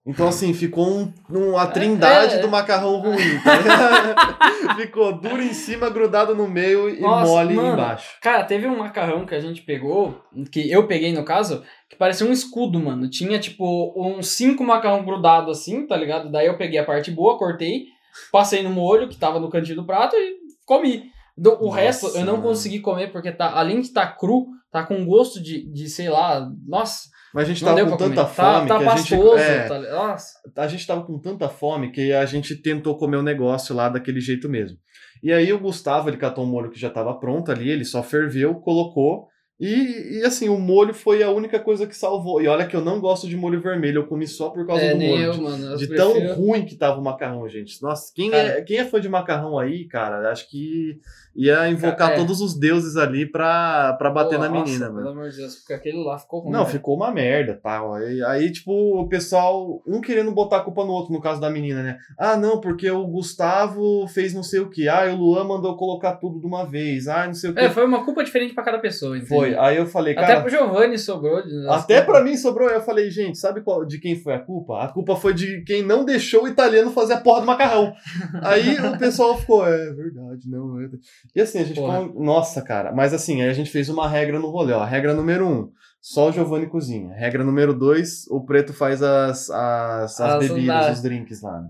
B: Então, assim, ficou um, um- a trindade
A: <laughs> É.
B: do macarrão ruim. tá ligado? <laughs> ficou duro em cima, grudado no meio e
A: Nossa,
B: mole
A: mano.
B: embaixo.
A: Cara, teve um macarrão que a gente pegou, que eu peguei no caso, que parecia um escudo, mano. Tinha, tipo, uns cinco macarrão grudado assim, tá ligado? Daí eu peguei a parte boa, cortei, passei no molho que tava no cantinho do prato e comi. Do- o
B: Nossa,
A: resto eu não
B: mano.
A: consegui comer, porque tá, além de tá cru, tá com gosto de, de sei lá, nossa,
B: Mas a gente
A: não
B: tava
A: deu
B: com
A: pra comer.
B: tanta
A: tá
B: fome
A: tá
B: que a gente.
A: pastoso,
B: é,
A: tá ligado? Nossa.
B: a gente tava com tanta fome que a gente tentou comer o negócio lá daquele jeito mesmo. E aí o Gustavo, ele catou um molho que já tava pronto ali, ele só ferveu, colocou. E, e, assim, o molho foi a única coisa que salvou. E olha que eu não gosto de molho vermelho, eu comi só por causa
A: É,
B: do
A: nem
B: molho.
A: eu, mano. Eu
B: De tão
A: prefiro...
B: ruim que tava o macarrão, gente. Nossa, quem,
A: Cara.
B: é, quem é fã de macarrão aí, cara, acho que ia invocar
A: Cara, é.
B: todos os deuses ali pra, pra bater na
A: Nossa,
B: menina, mano.
A: Pelo amor de Deus, porque aquele lá ficou ruim. né?
B: Não,
A: velho.
B: ficou uma merda, tal. Aí, aí, tipo, o pessoal, um querendo botar a culpa no outro, no caso da menina, né? Ah, não, porque o Gustavo fez não sei o que. Ah, e o Luan mandou colocar tudo de uma vez. Ah, não sei o que.
A: É, foi uma culpa diferente pra cada pessoa, entendeu?
B: foi. Aí eu falei,
A: Até
B: cara.
A: pro Giovanni sobrou. de-
B: Até pra mim sobrou, eu falei, gente, sabe qual- de quem foi a culpa? A culpa foi de quem não deixou o italiano fazer a porra
A: <laughs>
B: do macarrão. Aí o pessoal ficou, é verdade, não. É... E assim, a gente
A: Porra.
B: falou, nossa, cara. Mas assim, aí a gente fez uma regra no rolê, ó. Regra número um, só o Giovanni cozinha. Regra número dois, o Preto faz as, as, as
A: As
B: bebidas,
A: andadas.
B: os drinks lá. né?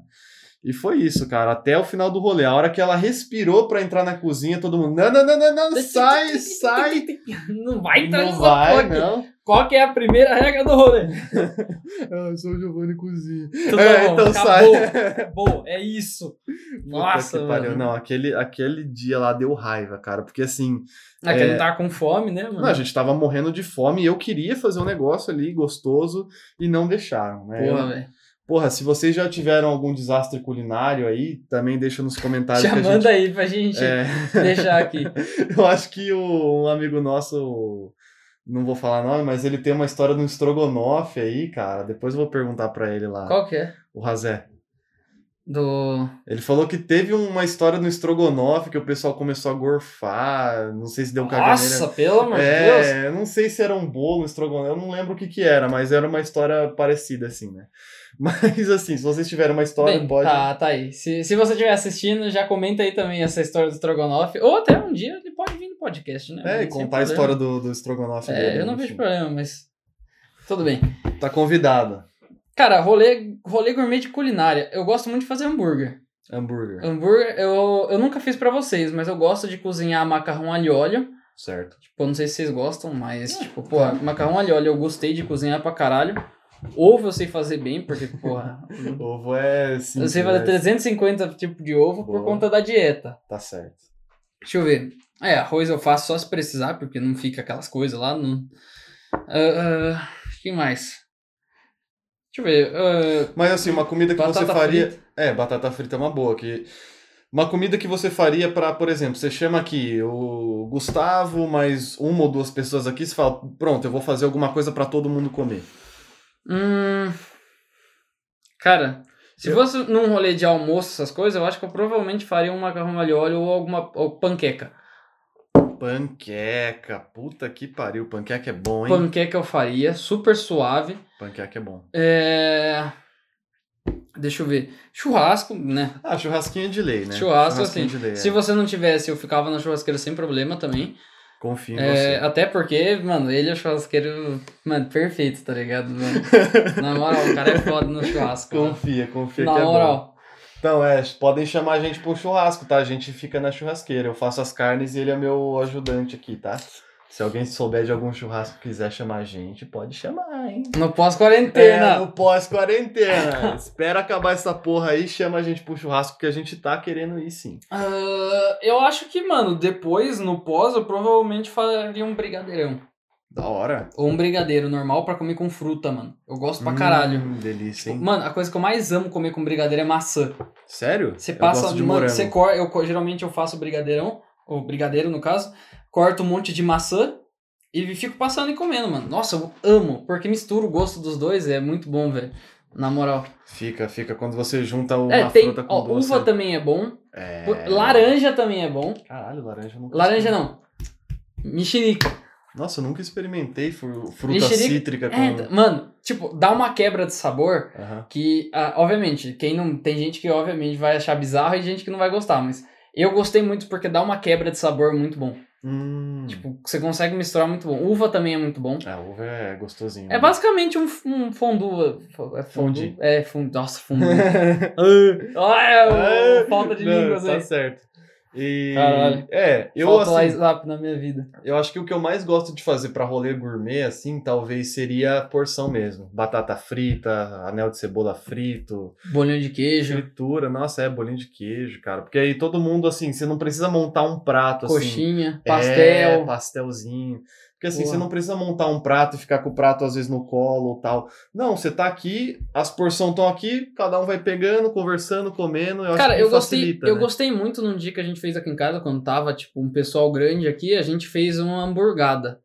B: E foi isso, cara, até o final do rolê. A hora que ela respirou pra entrar na cozinha, todo mundo, não, não, não,
A: <laughs>
B: não, não, sai, sai.
A: <laughs> Não vai entrar
B: Não
A: nessa
B: vai,
A: porra aqui.
B: não.
A: Qual que é a primeira regra do rolê?
B: Ah, sou o Giovanni cozinha.
A: Tudo
B: É,
A: bom,
B: então
A: acabou, <laughs> acabou, é isso.
B: Puta
A: Nossa,
B: que pariu. né?
A: mano.
B: Não, aquele, aquele dia lá deu raiva, cara. Porque assim,
A: É que
B: É.
A: ele tava com fome, né, mano?
B: não, a gente tava morrendo de fome e eu queria fazer um negócio ali gostoso e não deixaram, né?
A: Porra,
B: Eu-
A: velho.
B: porra, se vocês já tiveram algum desastre culinário aí, também deixa nos comentários.
A: Já
B: tá, que a
A: manda
B: gente...
A: aí pra gente
B: É,
A: deixar
B: <laughs>
A: aqui.
B: eu acho que o, um amigo nosso, não vou falar nome, mas ele tem uma história de um estrogonofe aí, cara. Depois eu vou perguntar pra ele lá,
A: Qual que é?
B: o Razé.
A: Do.
B: Ele falou que teve uma história no estrogonofe que o pessoal começou a gorfar, não sei se deu caganeira.
A: Nossa, pelo amor de Deus.
B: É, eu não sei se era um bolo, um estrogonofe, eu não lembro o que que era, mas era uma história parecida assim, né? <laughs> Mas assim, se vocês tiverem uma história,
A: Bem,
B: pode
A: tá, tá aí. Se, se você estiver assistindo, já comenta aí também essa história do Strogonoff. Ou até um dia ele pode vir no podcast, né?
B: é,
A: Sem
B: contar a
A: problema.
B: história do, do estrogonofe dele.
A: É, eu não
B: enfim.
A: vejo problema, mas. Tudo bem.
B: Tá convidado.
A: Cara, rolê, rolê gourmet de culinária. Eu gosto muito de fazer hambúrguer.
B: Hambúrguer,
A: Hambúrguer, eu, eu nunca fiz pra vocês, mas eu gosto de cozinhar macarrão alho e óleo.
B: certo.
A: Tipo, eu não sei se vocês gostam, mas, tipo,
B: claro.
A: porra, macarrão alho e óleo eu gostei de cozinhar pra caralho. Ovo eu sei fazer bem, porque,
B: <laughs>
A: porra.
B: Ovo é sim.
A: eu sei fazer 350 tipos de ovo por
B: Boa.
A: conta da dieta.
B: Tá certo.
A: Deixa eu ver. É, arroz eu faço só se precisar, porque não fica aquelas coisas lá. Não... Ah, ah, que mais? Deixa eu ver. ah,
B: Mas assim, uma comida que você
A: batata
B: faria,
A: frita.
B: É, batata frita é uma boa. Que... Uma comida que você faria pra, por exemplo, você chama aqui o Gustavo, mais uma ou duas pessoas aqui, você fala, pronto, eu vou fazer alguma coisa pra todo mundo comer.
A: Hum, cara, se
B: Eu-
A: fosse num rolê de almoço, essas coisas, eu acho que eu provavelmente faria um macarrão alho e óleo ou alguma ou panqueca.
B: Panqueca, puta que pariu, panqueca é bom, hein?
A: Panqueca eu faria, super suave.
B: Panqueca é bom.
A: É, Deixa eu ver. Churrasco, né?
B: Ah, churrasquinho de lei, né?
A: Churrasco, assim,
B: Churrasquinho de lei,
A: Se
B: é.
A: você não tivesse, eu ficava na churrasqueira sem problema também.
B: Confio em
A: É,
B: você.
A: até porque, mano, ele é o churrasqueiro, mano, perfeito, tá ligado?
B: <laughs>
A: mano? Na moral, o cara é foda no churrasco. mano.
B: Confia, confia
A: Na
B: que é bom.
A: moral.
B: Então, é, podem chamar a gente pro churrasco, tá? A gente fica na churrasqueira, eu faço as carnes e ele é meu ajudante aqui, tá? Se alguém souber de algum churrasco e quiser chamar a gente, pode chamar, hein?
A: No
B: É,
A: pós-quarentena.
B: no pós-quarentena. Espera acabar essa porra aí, chama a gente pro churrasco que a gente tá querendo ir sim.
A: Ah, eu acho que, mano, depois, no pós, eu provavelmente faria um brigadeirão.
B: Da hora.
A: Ou um brigadeiro normal pra comer com fruta, mano. Eu gosto pra caralho.
B: Hum, delícia, hein?
A: Mano, a coisa que eu mais amo comer com brigadeiro é maçã.
B: Sério?
A: Você
B: Eu
A: passa,
B: gosto de
A: mano,
B: morango.
A: você corta. Eu, co- geralmente eu faço brigadeirão, ou brigadeiro no caso, corto um monte de maçã e fico passando e comendo, mano. Nossa, eu amo, porque mistura o gosto dos dois, é muito bom, velho. Na moral.
B: Fica, fica. Quando você junta uma
A: é, tem.
B: fruta com
A: Ó,
B: doce.
A: uva também é bom.
B: É.
A: Laranja também é bom.
B: Caralho, laranja eu nunca
A: Laranja não. Mexerica.
B: experimentei. Nossa, eu nunca experimentei fru- fruta
A: Mexerica-
B: cítrica com...
A: É, d- mano, tipo, dá uma quebra de sabor
B: Aham.
A: que ah, obviamente quem não tem gente que obviamente vai achar bizarro e gente que não vai gostar mas eu gostei muito porque dá uma quebra de sabor muito bom
B: Hum.
A: tipo você consegue misturar muito bom uva também é muito bom
B: É, uva é gostosinho.
A: é
B: <laughs> né?
A: basicamente um, um fondue fo- é fondue
B: Fondue.
A: é fondue nossa fondue
B: <laughs>
A: ah, é, o- falta de
B: Não,
A: línguas
B: Tá
A: aí
B: certo. E...
A: Caralho.
B: É, eu
A: falta
B: assim,
A: mais lápis na minha vida
B: eu acho que o que eu mais gosto de fazer pra rolê gourmet, assim, talvez seria a porção mesmo. Batata frita, anel de cebola frito,
A: bolinho de queijo
B: fritura, nossa, é bolinho de queijo, cara. Porque aí todo mundo, assim, você não precisa montar um prato, assim.
A: coxinha
B: É,
A: pastel
B: pastelzinho. Porque assim,
A: Porra.
B: você não precisa montar um prato e ficar com o prato às vezes no colo ou tal. Não, você tá aqui, as porções estão aqui, cada um vai pegando, conversando, comendo. Eu acho
A: Cara,
B: que
A: eu gostei,
B: facilita,
A: eu
B: né?
A: gostei muito num dia que a gente fez aqui em casa, quando tava, tipo, um pessoal grande aqui, a gente fez uma hamburgada.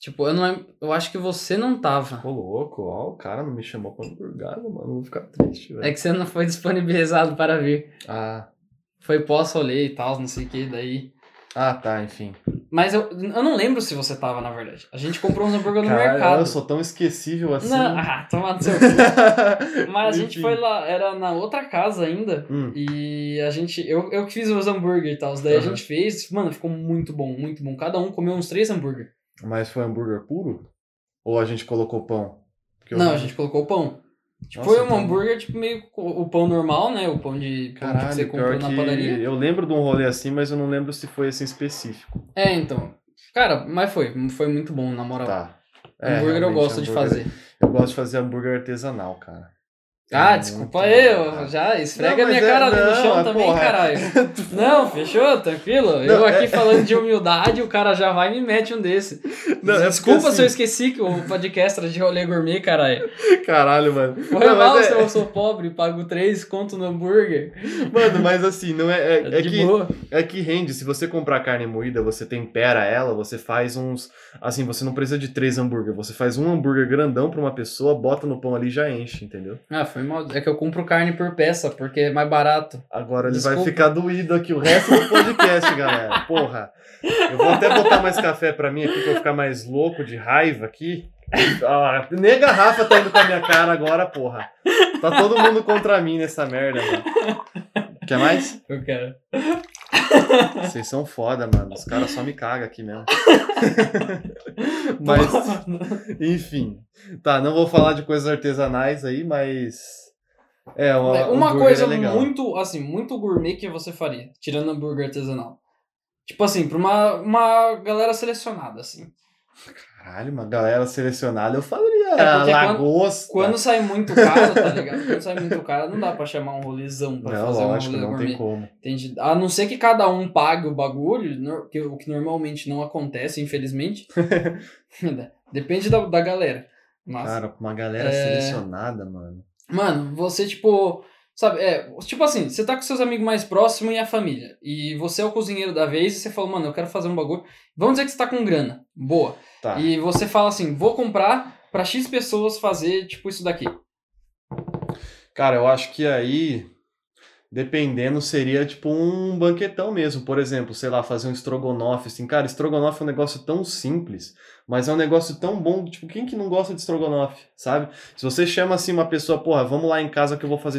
A: Tipo, eu não lembro, eu acho que você não tava.
B: Ô, louco, ó, o cara não me chamou pra hamburgada, mano. eu Vou ficar triste, velho.
A: É que você não foi disponibilizado para vir.
B: Ah,
A: Foi pós-rolê e tal, não sei o que, daí.
B: ah, tá, enfim.
A: Mas eu, eu não lembro se você tava, na verdade. A gente comprou uns hambúrguer no
B: Caralho,
A: mercado.
B: eu sou tão esquecível assim. <laughs>
A: Não, <laughs> ah, toma no seu. Mas a gente
B: Enfim.
A: foi lá, era na outra casa ainda.
B: Hum,
A: E a gente, eu, eu que fiz os hambúrguer e tal, daí a
B: Aham.
A: gente fez, mano, ficou muito bom, muito bom. Cada um comeu uns três hambúrguer.
B: mas foi hambúrguer puro? Ou a gente colocou pão? Porque eu-
A: Não, a gente colocou o pão. Tipo,
B: Nossa,
A: foi um
B: então-
A: hambúrguer, tipo, meio co- o pão normal, né? O pão de pão que
B: Caralho,
A: você comprou
B: pior
A: na
B: que
A: padaria.
B: eu lembro de um rolê assim, mas eu não lembro se foi assim específico.
A: É, então. Cara, mas foi. Foi muito bom, na moral.
B: Tá. É,
A: hambúrguer eu
B: realmente,
A: gosto de
B: hambúrguer-
A: fazer.
B: Eu gosto de fazer hambúrguer artesanal, cara.
A: Ah,
B: É
A: desculpa
B: muito
A: aí,
B: bom,
A: eu
B: cara.
A: já esfrega
B: Não,
A: minha
B: mas é-
A: cara ali no
B: não,
A: chão
B: mas
A: também,
B: porra.
A: caralho.
B: <laughs>
A: Não, fechou? Tranquilo? eu
B: Não,
A: aqui
B: é-
A: falando de humildade, o cara já vai e me mete um desse.
B: Não, é porque
A: desculpa se eu
B: assim-
A: esqueci que o podcast era de rolê gourmet, caralho.
B: <laughs> Caralho, mano.
A: Foi
B: Não, mas
A: mal
B: é-
A: se eu sou pobre, pago três conto no hambúrguer.
B: Mano, mas assim, não é. É,
A: É,
B: é
A: de
B: que,
A: boa.
B: é que rende. Se você comprar carne moída, você tempera ela, você faz uns. Assim, você não precisa de três hambúrguer. Você faz um hambúrguer grandão pra uma pessoa, bota no pão ali e já enche, entendeu?
A: Ah, foi mal. É que eu compro carne por peça, porque é mais barato.
B: Agora ele vai
A: Desculpa.
B: ficar doído aqui o resto do podcast,
A: <laughs>
B: galera. Porra. Eu vou até botar mais café pra mim aqui, pra eu ficar mais louco de raiva aqui. Ah, nem a garrafa tá indo com a minha cara agora, porra. Tá todo mundo contra mim nessa merda, mano. Quer mais?
A: Eu quero.
B: Vocês são foda, mano. Os caras só me cagam aqui mesmo.
A: Tá
B: Mas,
A: <laughs>
B: enfim. Tá, não vou falar de coisas artesanais aí, mas. É, uma,
A: Uma
B: hambúrguer
A: coisa
B: é legal.
A: muito, assim, muito gourmet que você faria, tirando hambúrguer artesanal. Tipo assim, pra uma, uma galera selecionada, assim.
B: Caralho, uma galera selecionada, eu faria
A: É, porque quando-
B: lagosta.
A: Quando sai muito caro, tá
B: <laughs>
A: ligado? Quando sai muito caro, não dá pra chamar um rolezão pra
B: não,
A: fazer
B: lógico,
A: um rolê
B: não
A: gourmet.
B: tem como.
A: Entende? A não ser que cada um pague o bagulho, no- que, o que normalmente não acontece,
B: <laughs>
A: infelizmente. <laughs> Depende da, da galera. Mas,
B: Cara, uma galera
A: É.
B: selecionada, mano.
A: Mano, você, tipo. Sabe, é, tipo assim, você tá com seus amigos mais próximos e a família. E você é o cozinheiro da vez e você fala, mano, eu quero fazer um bagulho. Vamos dizer que você tá com grana. Boa.
B: Tá.
A: E você fala assim, vou comprar pra X pessoas fazer, tipo, isso daqui.
B: Cara, eu acho que aí, dependendo, seria tipo um banquetão mesmo. Por exemplo, sei lá, fazer um estrogonofe, assim. Cara, estrogonofe é um negócio tão simples, mas é um negócio tão bom. Tipo, quem que não gosta de estrogonofe, sabe? Se você chama assim uma pessoa, porra, vamos lá em casa que eu vou fazer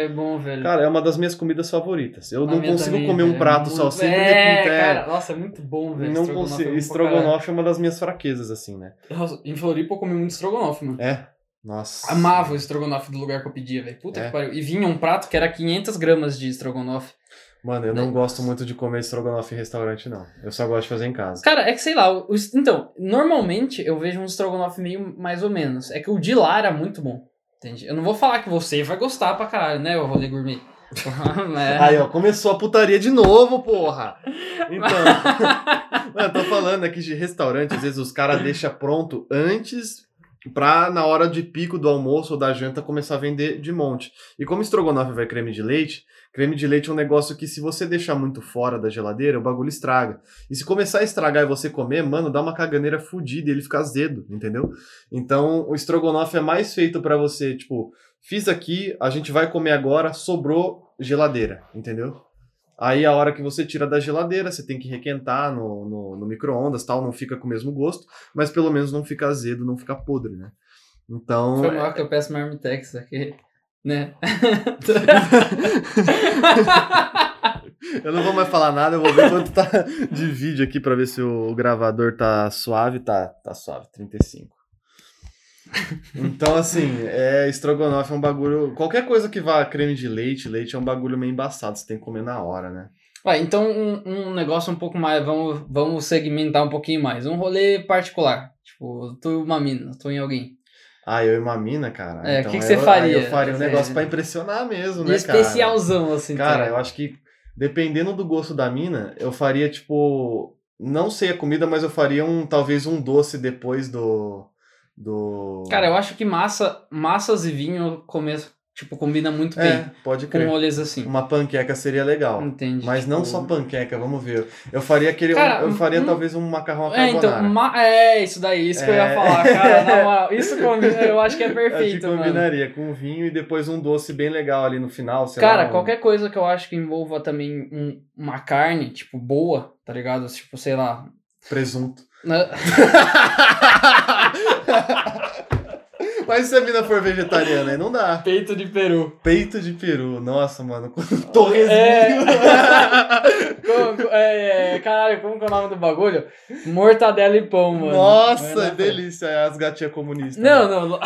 A: Estrogonofe é bom, velho.
B: Cara, é uma das minhas comidas favoritas. Eu
A: A
B: não
A: minha
B: consigo
A: também,
B: comer
A: velho, é
B: um prato
A: muito-
B: salsicha de
A: É,
B: pita, é.
A: cara, nossa, é muito bom, velho.
B: Não
A: estrogonofe é
B: consigo.
A: bom pra
B: Estrogonofe é uma das minhas fraquezas, assim, né?
A: caralho. Nossa, em Floripa eu comi muito estrogonofe, mano.
B: É. Nossa.
A: Amava o estrogonofe do lugar que eu pedia, velho. Puta
B: É.
A: que pariu. E vinha um prato que era 500 gramas de estrogonofe.
B: Mano, eu não gosto muito de comer estrogonofe em restaurante, não. Eu só gosto de fazer em casa.
A: Cara, é que sei lá, os, então, normalmente eu vejo um estrogonofe meio mais ou menos. É que o de lá era muito bom. Entende? Eu não vou falar que você vai gostar pra caralho, né, o rolê gourmet. <laughs> É.
B: Aí, ó, começou a putaria de
A: <laughs>
B: novo, porra! Então, <laughs> eu tô falando aqui de restaurante, às vezes os caras deixam pronto antes pra, na hora de pico do almoço ou da janta, começar a vender de monte. E como estrogonofe vai creme de leite, creme de leite é um negócio que se você deixar muito fora da geladeira, o bagulho estraga. E se começar a estragar e você comer, mano, dá uma caganeira fodida e ele fica azedo, entendeu? Então, o estrogonofe é mais feito pra você, tipo, fiz aqui, a gente vai comer agora, sobrou geladeira, entendeu? Aí a hora que você tira da geladeira, você tem que requentar no, no, no micro-ondas tal, não fica com o mesmo gosto, mas pelo menos não fica azedo, não fica podre, né? Então.
A: Foi mal que eu peço marmitex aqui, né? <laughs>
B: Eu não vou mais falar nada, eu vou ver quanto tá <laughs> de vídeo aqui pra ver se o gravador tá suave. Tá, tá suave, 35. Então, assim, é, estrogonofe é um bagulho. Qualquer coisa que vá creme de leite, leite é um bagulho meio embaçado, você tem que comer na hora, né?
A: Vai, então um, um negócio um pouco mais, vamos, vamos segmentar um pouquinho mais. Um rolê particular, tipo, tu e uma mina, tu e alguém.
B: Ah, eu e uma mina, cara.
A: É, o
B: Então,
A: que que você
B: eu- aí
A: faria?
B: Eu faria um
A: Quer
B: negócio
A: dizer,
B: pra impressionar mesmo,
A: E
B: né, cara?
A: especialzão, assim. tá
B: Cara,
A: ligado?
B: eu acho que dependendo do gosto da mina, eu faria tipo, não sei a comida, mas eu faria um talvez um doce depois do do
A: Cara, eu acho que massa, massas e vinho começo, tipo, combina muito
B: é,
A: bem
B: pode
A: com
B: crer.
A: rolês assim.
B: Uma panqueca seria legal.
A: Entende?
B: Mas não
A: Tipo,
B: só panqueca, vamos ver. Eu faria aquele
A: Cara,
B: eu faria
A: um-
B: talvez um macarrão à
A: É,
B: carbonara.
A: então, ma- é, isso daí, isso que eu
B: É.
A: ia falar, cara,
B: <laughs>
A: na moral, isso combina, eu acho que é
B: Acho que
A: perfeito, mano.
B: tipo, combinaria com vinho e depois um doce bem legal ali no final, sei
A: Cara,
B: lá, um-
A: qualquer coisa que eu acho que envolva também um- uma carne, tipo, boa, tá ligado? Tipo, sei lá.
B: presunto. <laughs>
A: né?
B: Mas se a mina for vegetariana, aí não dá.
A: <laughs> Peito de peru.
B: Peito de peru, nossa, mano, com
A: É.
B: torresminho. <laughs>
A: Como- co- é, é, caralho, como que é o nome do bagulho? Mortadela e pão, <laughs> mano. Vai
B: nossa,
A: na frente.
B: delícia, é as gatinhas comunistas.
A: Não,
B: né?
A: não. não.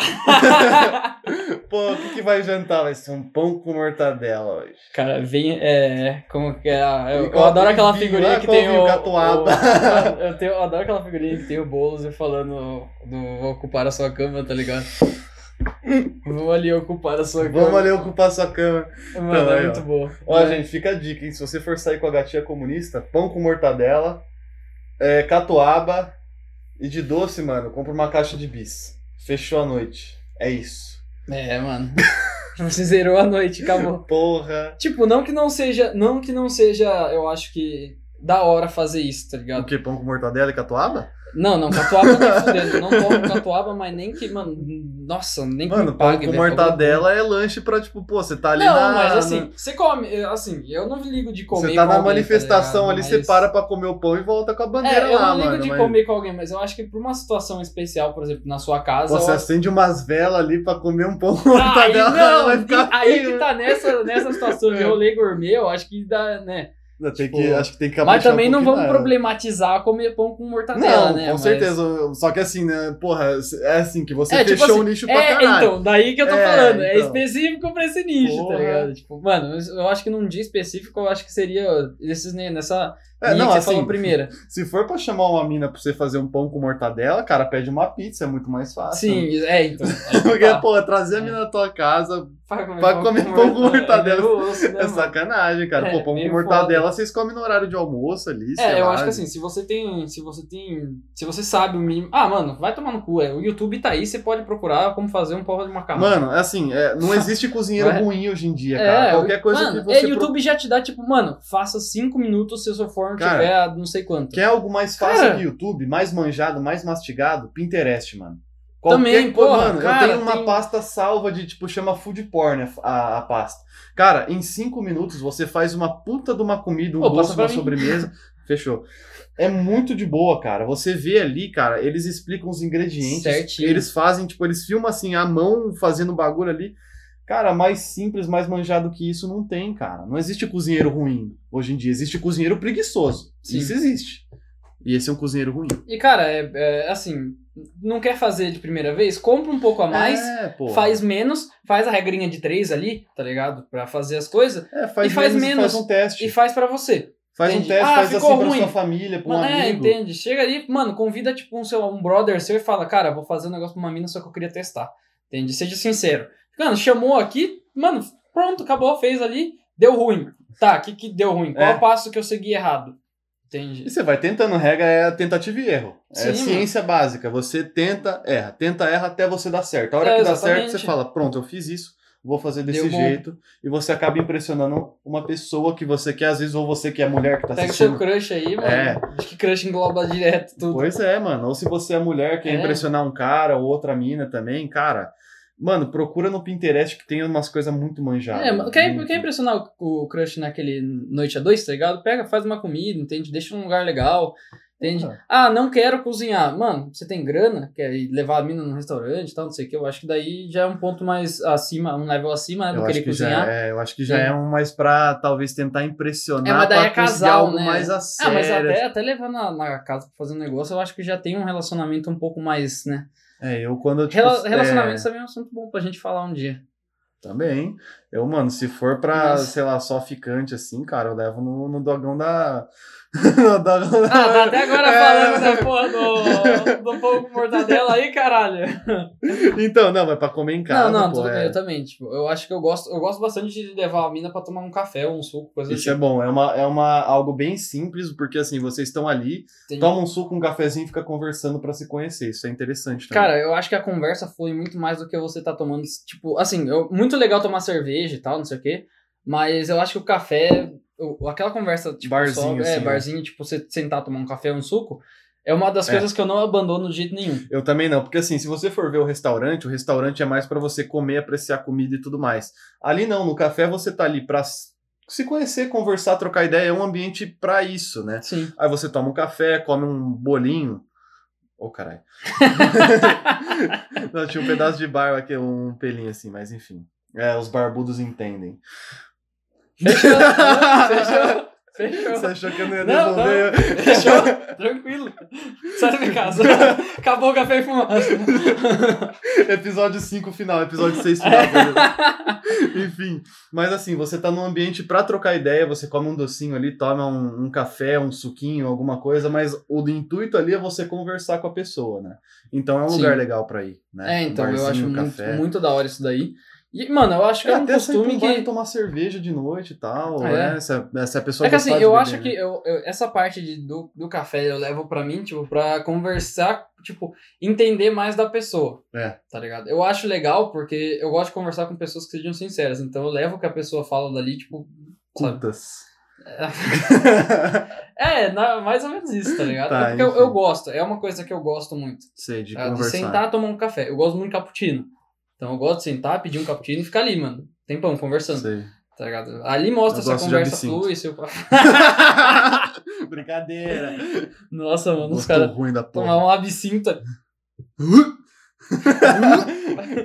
B: Pô, o que, que vai jantar? Vai ser um pão com mortadela hoje.
A: Cara, vem. É. Como que é? a- Eu,
B: E
A: eu
B: qual
A: adoro
B: vinho?
A: aquela
B: Ah,
A: figurinha que
B: qual
A: tem
B: vinho?
A: o.
B: Catuaba.
A: o-
B: <laughs>
A: mano, eu, tenho- eu adoro aquela figurinha que tem o Boulos falando do vou ocupar a sua cama, tá ligado? Vou ali ocupar a sua cama.
B: Vamos ali ocupar sua cama.
A: Mano,
B: Então,
A: é
B: aí,
A: muito boa.
B: Ó,
A: É.
B: gente, fica a dica, hein? Se você for sair com a gatinha comunista, pão com mortadela, é, catuaba e de doce, mano, compra uma caixa de bis. Fechou a noite. É isso.
A: É, mano. <laughs> Você zerou a noite, acabou.
B: Porra.
A: Tipo, não que não seja. Não que não seja, eu acho que. Da hora fazer isso, tá ligado?
B: que? Pão com mortadela e catuaba?
A: Não, não, catuaba nem fudendo. Não tomo catuaba, mas nem que, mano. Nossa, nem que
B: Mano,
A: me
B: pão
A: pague,
B: com
A: velho.
B: mortadela é lanche pra, tipo, pô, você tá ali
A: não,
B: na...
A: mas
B: na-
A: assim, você come, eu- assim, eu não ligo de comer.
B: Você tá
A: com
B: na
A: alguém,
B: manifestação
A: tá ligado?
B: ali,
A: Mas-
B: você para pra comer o pão e volta com a bandeira
A: É, eu
B: lá,
A: não ligo
B: mano.
A: de
B: mas-
A: comer com alguém, mas eu acho que pra uma situação especial, por exemplo, na sua casa.
B: Pô, você
A: eu...
B: acende umas velas ali pra comer um pão com
A: Ah, aí,
B: mortadela, <laughs>
A: não,
B: vai ficar
A: aí
B: feio, É.
A: que tá nessa, nessa situação de rolê gourmet, eu acho que dá, né?
B: né? Tem
A: tipo,
B: que, acho que tem que
A: Mas
B: caprichar
A: também
B: um
A: não
B: pouquinho
A: vamos
B: mais.
A: problematizar comer pão com mortadela,
B: Não,
A: né?
B: com
A: mas-
B: certeza. Só que assim, né? Porra, é assim que você
A: É, tipo
B: fechou
A: assim,
B: o nicho pra
A: É,
B: caralho.
A: então, daí que eu tô
B: É,
A: falando. É
B: então.
A: específico pra esse nicho,
B: Porra.
A: tá ligado? Tipo, mano, eu acho que num dia específico, eu acho que seria esses, né, nessa
B: É,
A: linha
B: não,
A: que você
B: assim,
A: falou primeira.
B: se for pra chamar uma mina pra você fazer um pão com mortadela, cara, pede uma pizza, é muito mais fácil.
A: Sim, é, <laughs> então. aí que
B: <laughs> Porque,
A: tá.
B: pô, trazer a mina na tua casa,
A: Pra comer,
B: Pra comer pão com mortadela.
A: É, meio osso, né,
B: É
A: mano?
B: sacanagem, cara.
A: É,
B: Pô, pão com
A: meio
B: mortadela vocês comem no horário de almoço ali, sei
A: É, eu
B: lá. né?
A: acho que assim, se você tem. Se você tem. Se você sabe o mínimo. Ah, mano, vai tomar no cu. É. O YouTube tá aí, você pode procurar como fazer um porra de macarrão.
B: Mano, assim,
A: <laughs>
B: é, não existe cozinheiro
A: Vai.
B: ruim hoje em dia,
A: É,
B: cara. Qualquer coisa
A: mano,
B: que você...
A: é,
B: pro-
A: YouTube já te dá, tipo, mano, faça 5 minutos se o seu forno
B: Cara,
A: tiver a não sei quanto.
B: Quer algo mais fácil
A: Cara.
B: que YouTube, mais manjado, mais mastigado? Pinterest, mano.
A: Também,
B: coisa,
A: porra,
B: mano,
A: cara,
B: eu tenho uma
A: tem-
B: pasta salva de, tipo, chama food porn a- a, a pasta. Cara, em cinco minutos você faz uma puta de uma comida, um
A: Pô, passa
B: doce,
A: pra
B: uma
A: mim. <laughs>
B: sobremesa. Fechou. É muito de boa, cara. Você vê ali, cara, eles explicam os ingredientes.
A: Certinho.
B: Eles fazem, tipo, eles filmam assim, a mão fazendo o bagulho ali. Cara, mais simples, mais manjado que isso não tem, cara. Não existe cozinheiro ruim hoje em dia. Existe cozinheiro preguiçoso.
A: Sim.
B: Isso existe. E esse é um cozinheiro ruim.
A: E, cara, é, é, assim, não quer fazer de primeira vez, compra um pouco a mais,
B: é, pô.
A: faz menos, faz a regrinha de três ali, tá ligado? Pra fazer as coisas
B: É, faz,
A: e faz
B: menos, e faz
A: menos.
B: um teste.
A: e faz pra você.
B: Faz um
A: entende.
B: teste,
A: Ah,
B: faz
A: ficou
B: assim pra
A: ruim.
B: sua família, pra um
A: Mano, é,
B: amigo.
A: entende? Chega ali, mano, convida tipo um seu um brother seu e fala, cara, vou fazer um negócio pra uma mina só que eu queria testar. Entende? Seja sincero. Mano, chamou aqui, mano, pronto, acabou, fez ali, deu ruim. Tá, o que que deu ruim? Qual
B: É.
A: o passo que eu segui errado? Entende?
B: E você vai tentando, regra é tentativa e erro.
A: Sim,
B: é ciência básica. Você tenta, erra, tenta, erra até você dar certo. A hora
A: É,
B: que dá
A: exatamente.
B: certo, você fala: pronto, eu fiz isso, vou fazer desse
A: Deu bom.
B: jeito. E você acaba impressionando uma pessoa que você quer, às vezes, ou você que é mulher que tá
A: Pega seu
B: assistindo.
A: crush aí, mano.
B: É.
A: Acho que crush engloba direto tudo.
B: Pois é, mano. Ou se você é mulher, quer
A: É.
B: impressionar um cara ou outra mina também, cara. Mano, procura no Pinterest que tem umas coisas muito manjadas.
A: É, mano, quer,
B: muito.
A: quer impressionar o- o crush naquele noite a dois, tá ligado? Pega, faz uma comida, entende? Deixa num lugar legal, entende?
B: Ah,
A: Ah, não quero cozinhar. Mano, você tem grana, quer ir levar a mina no restaurante e tal, não sei o que. Eu acho que daí já é um ponto mais acima, um level acima né,
B: Eu
A: do
B: acho,
A: querer
B: que já
A: cozinhar.
B: é, eu acho que já
A: É.
B: é um mais pra talvez tentar impressionar.
A: É, mas daí
B: pra
A: é
B: conseguir
A: casal,
B: algo
A: né?
B: mais a
A: Ah, mas
B: sério,
A: até, até levar na, na casa pra fazer um negócio, eu acho que já tem um relacionamento um pouco mais, né?
B: É, eu quando eu.
A: Rela relacionamento
B: é,
A: também é um assunto bom pra gente falar um
B: <laughs>
A: dia.
B: também. Eu, mano, se for pra,
A: Mas-
B: sei lá, só ficante assim, cara, eu levo no, no dogão da. <laughs> no dogão da.
A: Ah, tá até agora
B: É.
A: falando da porra do, do pão com mortadela aí, caralho.
B: Então, não, mas pra comer em casa.
A: Não, não,
B: pô,
A: tudo
B: é.
A: bem, eu também. Tipo, eu acho que eu gosto, eu gosto bastante de levar a mina pra tomar um café, um suco, coisa
B: Isso é
A: assim.
B: bom, é, uma, é uma, algo bem simples, porque assim, vocês estão ali, tomam um suco, um cafezinho e fica conversando pra se conhecer. Isso é interessante também.
A: Cara, eu acho que a conversa flui muito mais do que você tá tomando. Tipo, assim, eu- muito legal tomar cerveja e tal, não sei o quê. Mas eu acho que o café, o- aquela conversa, tipo,
B: Barzinho,
A: só, é,
B: assim, né?
A: barzinho, tipo, você sentar tomar um café, um suco, é uma das
B: É.
A: coisas que eu não abandono de jeito nenhum.
B: Eu também não, porque assim, se você for ver o restaurante, o restaurante é mais pra você comer, apreciar a comida e tudo mais. Ali não, no café você tá ali pra s- se conhecer, conversar, trocar ideia, é um ambiente pra isso, né?
A: Sim.
B: Aí você toma um café, come um bolinho. Ô, caralho. Não, tinha um pedaço de barba aqui, um pelinho assim, mas enfim. É, os barbudos entendem. <laughs>
A: Fechou, fechou, fechou.
B: Você achou que eu não ia
A: <laughs> Não,
B: devolver?
A: Fechou? Tranquilo. Sai da minha casa. Acabou o café e fumaça.
B: Episódio 5 final, episódio 6 final. tá
A: <laughs>
B: Enfim, mas assim, você tá num ambiente pra trocar ideia, você come um docinho ali, toma um, um café, um suquinho, alguma coisa, mas o do intuito ali é você conversar com a pessoa, né? Então é um
A: Sim.
B: lugar legal pra ir,
A: É,
B: né?
A: então,
B: Um
A: eu acho
B: barzinho,
A: muito,
B: café.
A: muito da hora isso daí. E, mano, eu acho que
B: É,
A: é, um
B: até sair pra
A: costume
B: um bar e
A: que.
B: tomar cerveja de noite e tal,
A: É.
B: né? Se a, se a pessoa
A: É que assim,
B: gostar de
A: eu
B: beber,
A: acho
B: né?
A: que eu, eu- essa parte de- do, do café eu levo pra mim, tipo, pra conversar, tipo, entender mais da pessoa.
B: É.
A: Tá ligado? Eu acho legal porque eu gosto de conversar com pessoas que sejam sinceras. Então eu levo o que a pessoa fala dali, tipo. sabe?
B: Cultas.
A: É, na- mais ou menos isso, tá ligado?
B: Tá,
A: é porque eu,
B: enfim.
A: eu gosto, é uma coisa que eu gosto muito.
B: Sei, de
A: Ah, De,
B: conversar.
A: sentar e tomar um café. Eu gosto muito de cappuccino. Então eu gosto de sentar, pedir um cappuccino e ficar ali, mano. Tempão, conversando. <laughs>
B: Sei. <laughs>
A: Tá ligado? Ali mostra
B: Eu
A: essa
B: gosto de
A: conversa
B: absinto.
A: flui, seu pa- <laughs>
B: Brincadeira.
A: Nossa, mano, os
B: Gosto
A: caras
B: ruim da porra.
A: tomar um absinto.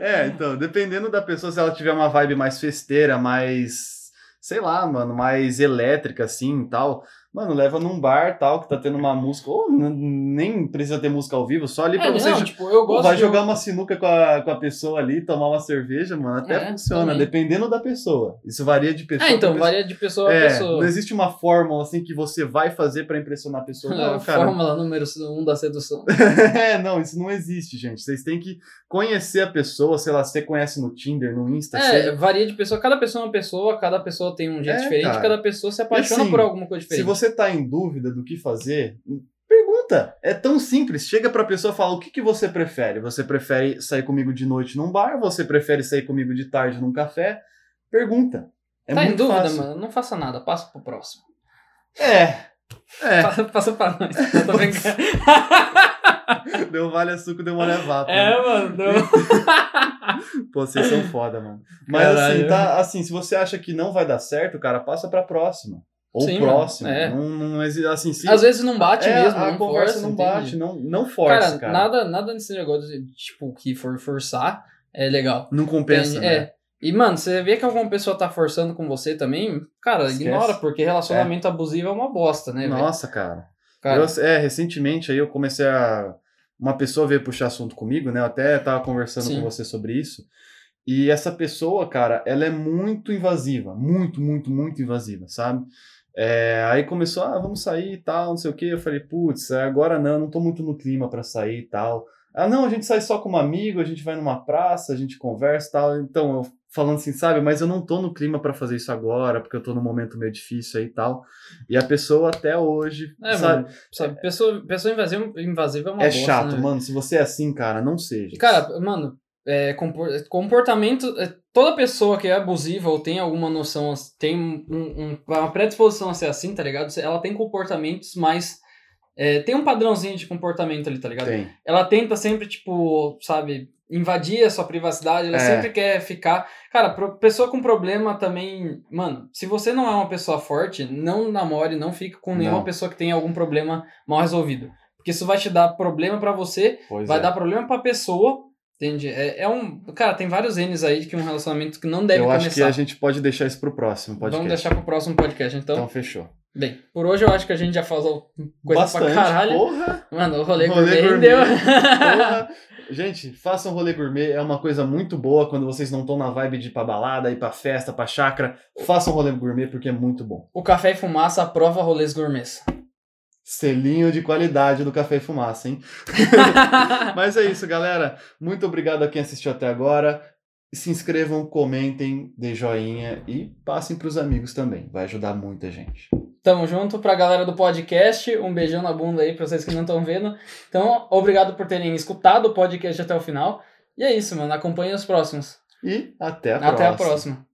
B: É, então, dependendo da pessoa, se ela tiver uma vibe mais festeira, mais. sei lá, mano, mais elétrica, assim e tal. Mano, leva num bar tal, que tá tendo uma música. Ou n- nem precisa ter música ao vivo, só ali pra
A: É,
B: você.
A: não,
B: jo-
A: tipo, eu gosto
B: vai
A: de-
B: jogar uma sinuca com a, com a pessoa ali, tomar uma cerveja, mano, até
A: É,
B: funciona,
A: também.
B: dependendo da pessoa. Isso varia de pessoa
A: Ah, então,
B: pra pessoa.
A: varia de pessoa a
B: É,
A: pessoa. <laughs>
B: não existe uma fórmula assim que você vai fazer pra impressionar
A: <laughs>
B: a pessoa. Não,
A: A
B: cara,
A: É, Fórmula número 1 um da sedução.
B: <laughs> é, não, isso não existe, gente. Vocês têm que conhecer a pessoa, sei lá, você conhece no Tinder, no Insta,
A: É,
B: você-
A: varia de pessoa. Cada pessoa é uma pessoa, cada pessoa tem um jeito
B: É,
A: diferente,
B: cara.
A: cada pessoa se apaixona
B: E assim,
A: por alguma coisa
B: Se
A: diferente.
B: você tá em dúvida do que fazer, pergunta. É tão simples. Chega pra pessoa e fala: o que, que você prefere? Você prefere sair comigo de noite num bar? Você prefere sair comigo de tarde num café? Pergunta. É
A: tá
B: muito
A: em dúvida,
B: fácil.
A: mano? Não faça nada, passa pro próximo. <laughs>
B: É. É,
A: Passa, passa pra nós. Eu
B: <laughs>
A: tô brincando.
B: deu vale a suco, deu uma levada.
A: É, mano. não-
B: Pô, vocês são foda, mano. Mas
A: Caralho.
B: assim, tá, assim, se você acha que não vai dar certo, cara, passa pra próxima. Ou
A: Sim,
B: próxima.
A: mano, é.
B: Não, não exi- assim, se
A: Às vezes não bate
B: É,
A: mesmo,
B: a
A: não
B: conversa
A: força,
B: não
A: entende?
B: bate, não, não força, cara.
A: Nada, nada nesse negócio de, tipo, que for forçar é legal.
B: Não compensa,
A: Entende?
B: né?
A: É. E, mano, você vê que alguma pessoa tá forçando com você também, cara,
B: Esquece.
A: ignora, porque relacionamento abusivo é uma bosta, né, velho?
B: Nossa, cara.
A: Cara,
B: Eu- é, recentemente aí eu comecei a uma pessoa veio puxar assunto comigo, né? Eu até tava conversando
A: Sim.
B: com você sobre isso. E essa pessoa, cara, ela é muito invasiva, muito, muito, muito invasiva, sabe? É, aí começou, ah, vamos sair e tal, não sei o quê. Eu falei, putz, é, agora não, não tô muito no clima pra sair e tal. Ah, não, a gente sai só com um amigo, a gente vai numa praça, a gente conversa e tal. Então, eu falando assim, sabe, mas eu não tô no clima pra fazer isso agora, porque eu tô num momento meio difícil aí e tal. E a pessoa até hoje,
A: É,
B: sabe?
A: mano, sabe, pessoa, pessoa invasiva, invasiva é uma
B: é
A: bosta,
B: chato,
A: né, velho?
B: mano. Se você é assim, cara, não seja.
A: Cara, mano, é, compor- comportamento. é, toda pessoa que é abusiva ou tem alguma noção, as- tem um- um- uma predisposição a ser assim, tá ligado? Ela tem comportamentos mais. é, tem um padrãozinho de comportamento ali, tá ligado?
B: tem.
A: Ela tenta sempre, tipo, sabe, invadir a sua privacidade, ela
B: É.
A: sempre quer ficar. Cara, pro- pessoa com problema também. Mano, se você não é uma pessoa forte, não namore, não fique com nenhuma
B: Não.
A: pessoa que tenha algum problema mal resolvido. Porque isso vai te dar problema pra você
B: Pois
A: vai
B: é.
A: dar problema pra pessoa, entende? É, é um. Cara, tem vários N's aí que um relacionamento que não deve
B: Eu
A: começar.
B: acho que a gente pode deixar isso pro próximo podcast.
A: Vamos deixar pro próximo podcast. Então,
B: Então, fechou.
A: bem, por hoje eu acho que a gente já falou coisa pra caralho. <laughs>
B: Porra,
A: Mano, o rolê,
B: Rolê
A: gourmet
B: gourmet.
A: rendeu.
B: porra. gente, façam rolê gourmet. É uma coisa muito boa quando vocês não estão na vibe de ir pra balada, ir pra festa, pra chácara. Façam rolê gourmet porque é muito bom.
A: o Café e Fumaça aprova rolês gourmets. <laughs>
B: Selinho de qualidade do Café e Fumaça, hein? Mas é isso, galera. Muito obrigado a quem assistiu até agora. Se inscrevam, comentem, dê joinha e passem pros amigos também. Vai ajudar muita gente.
A: Tamo junto pra galera do podcast. Um beijão na bunda aí pra vocês que não estão vendo. Então, obrigado por terem escutado o podcast até o final. E é isso, mano. Acompanhem os próximos.
B: E até a
A: Até a
B: próxima.
A: próxima.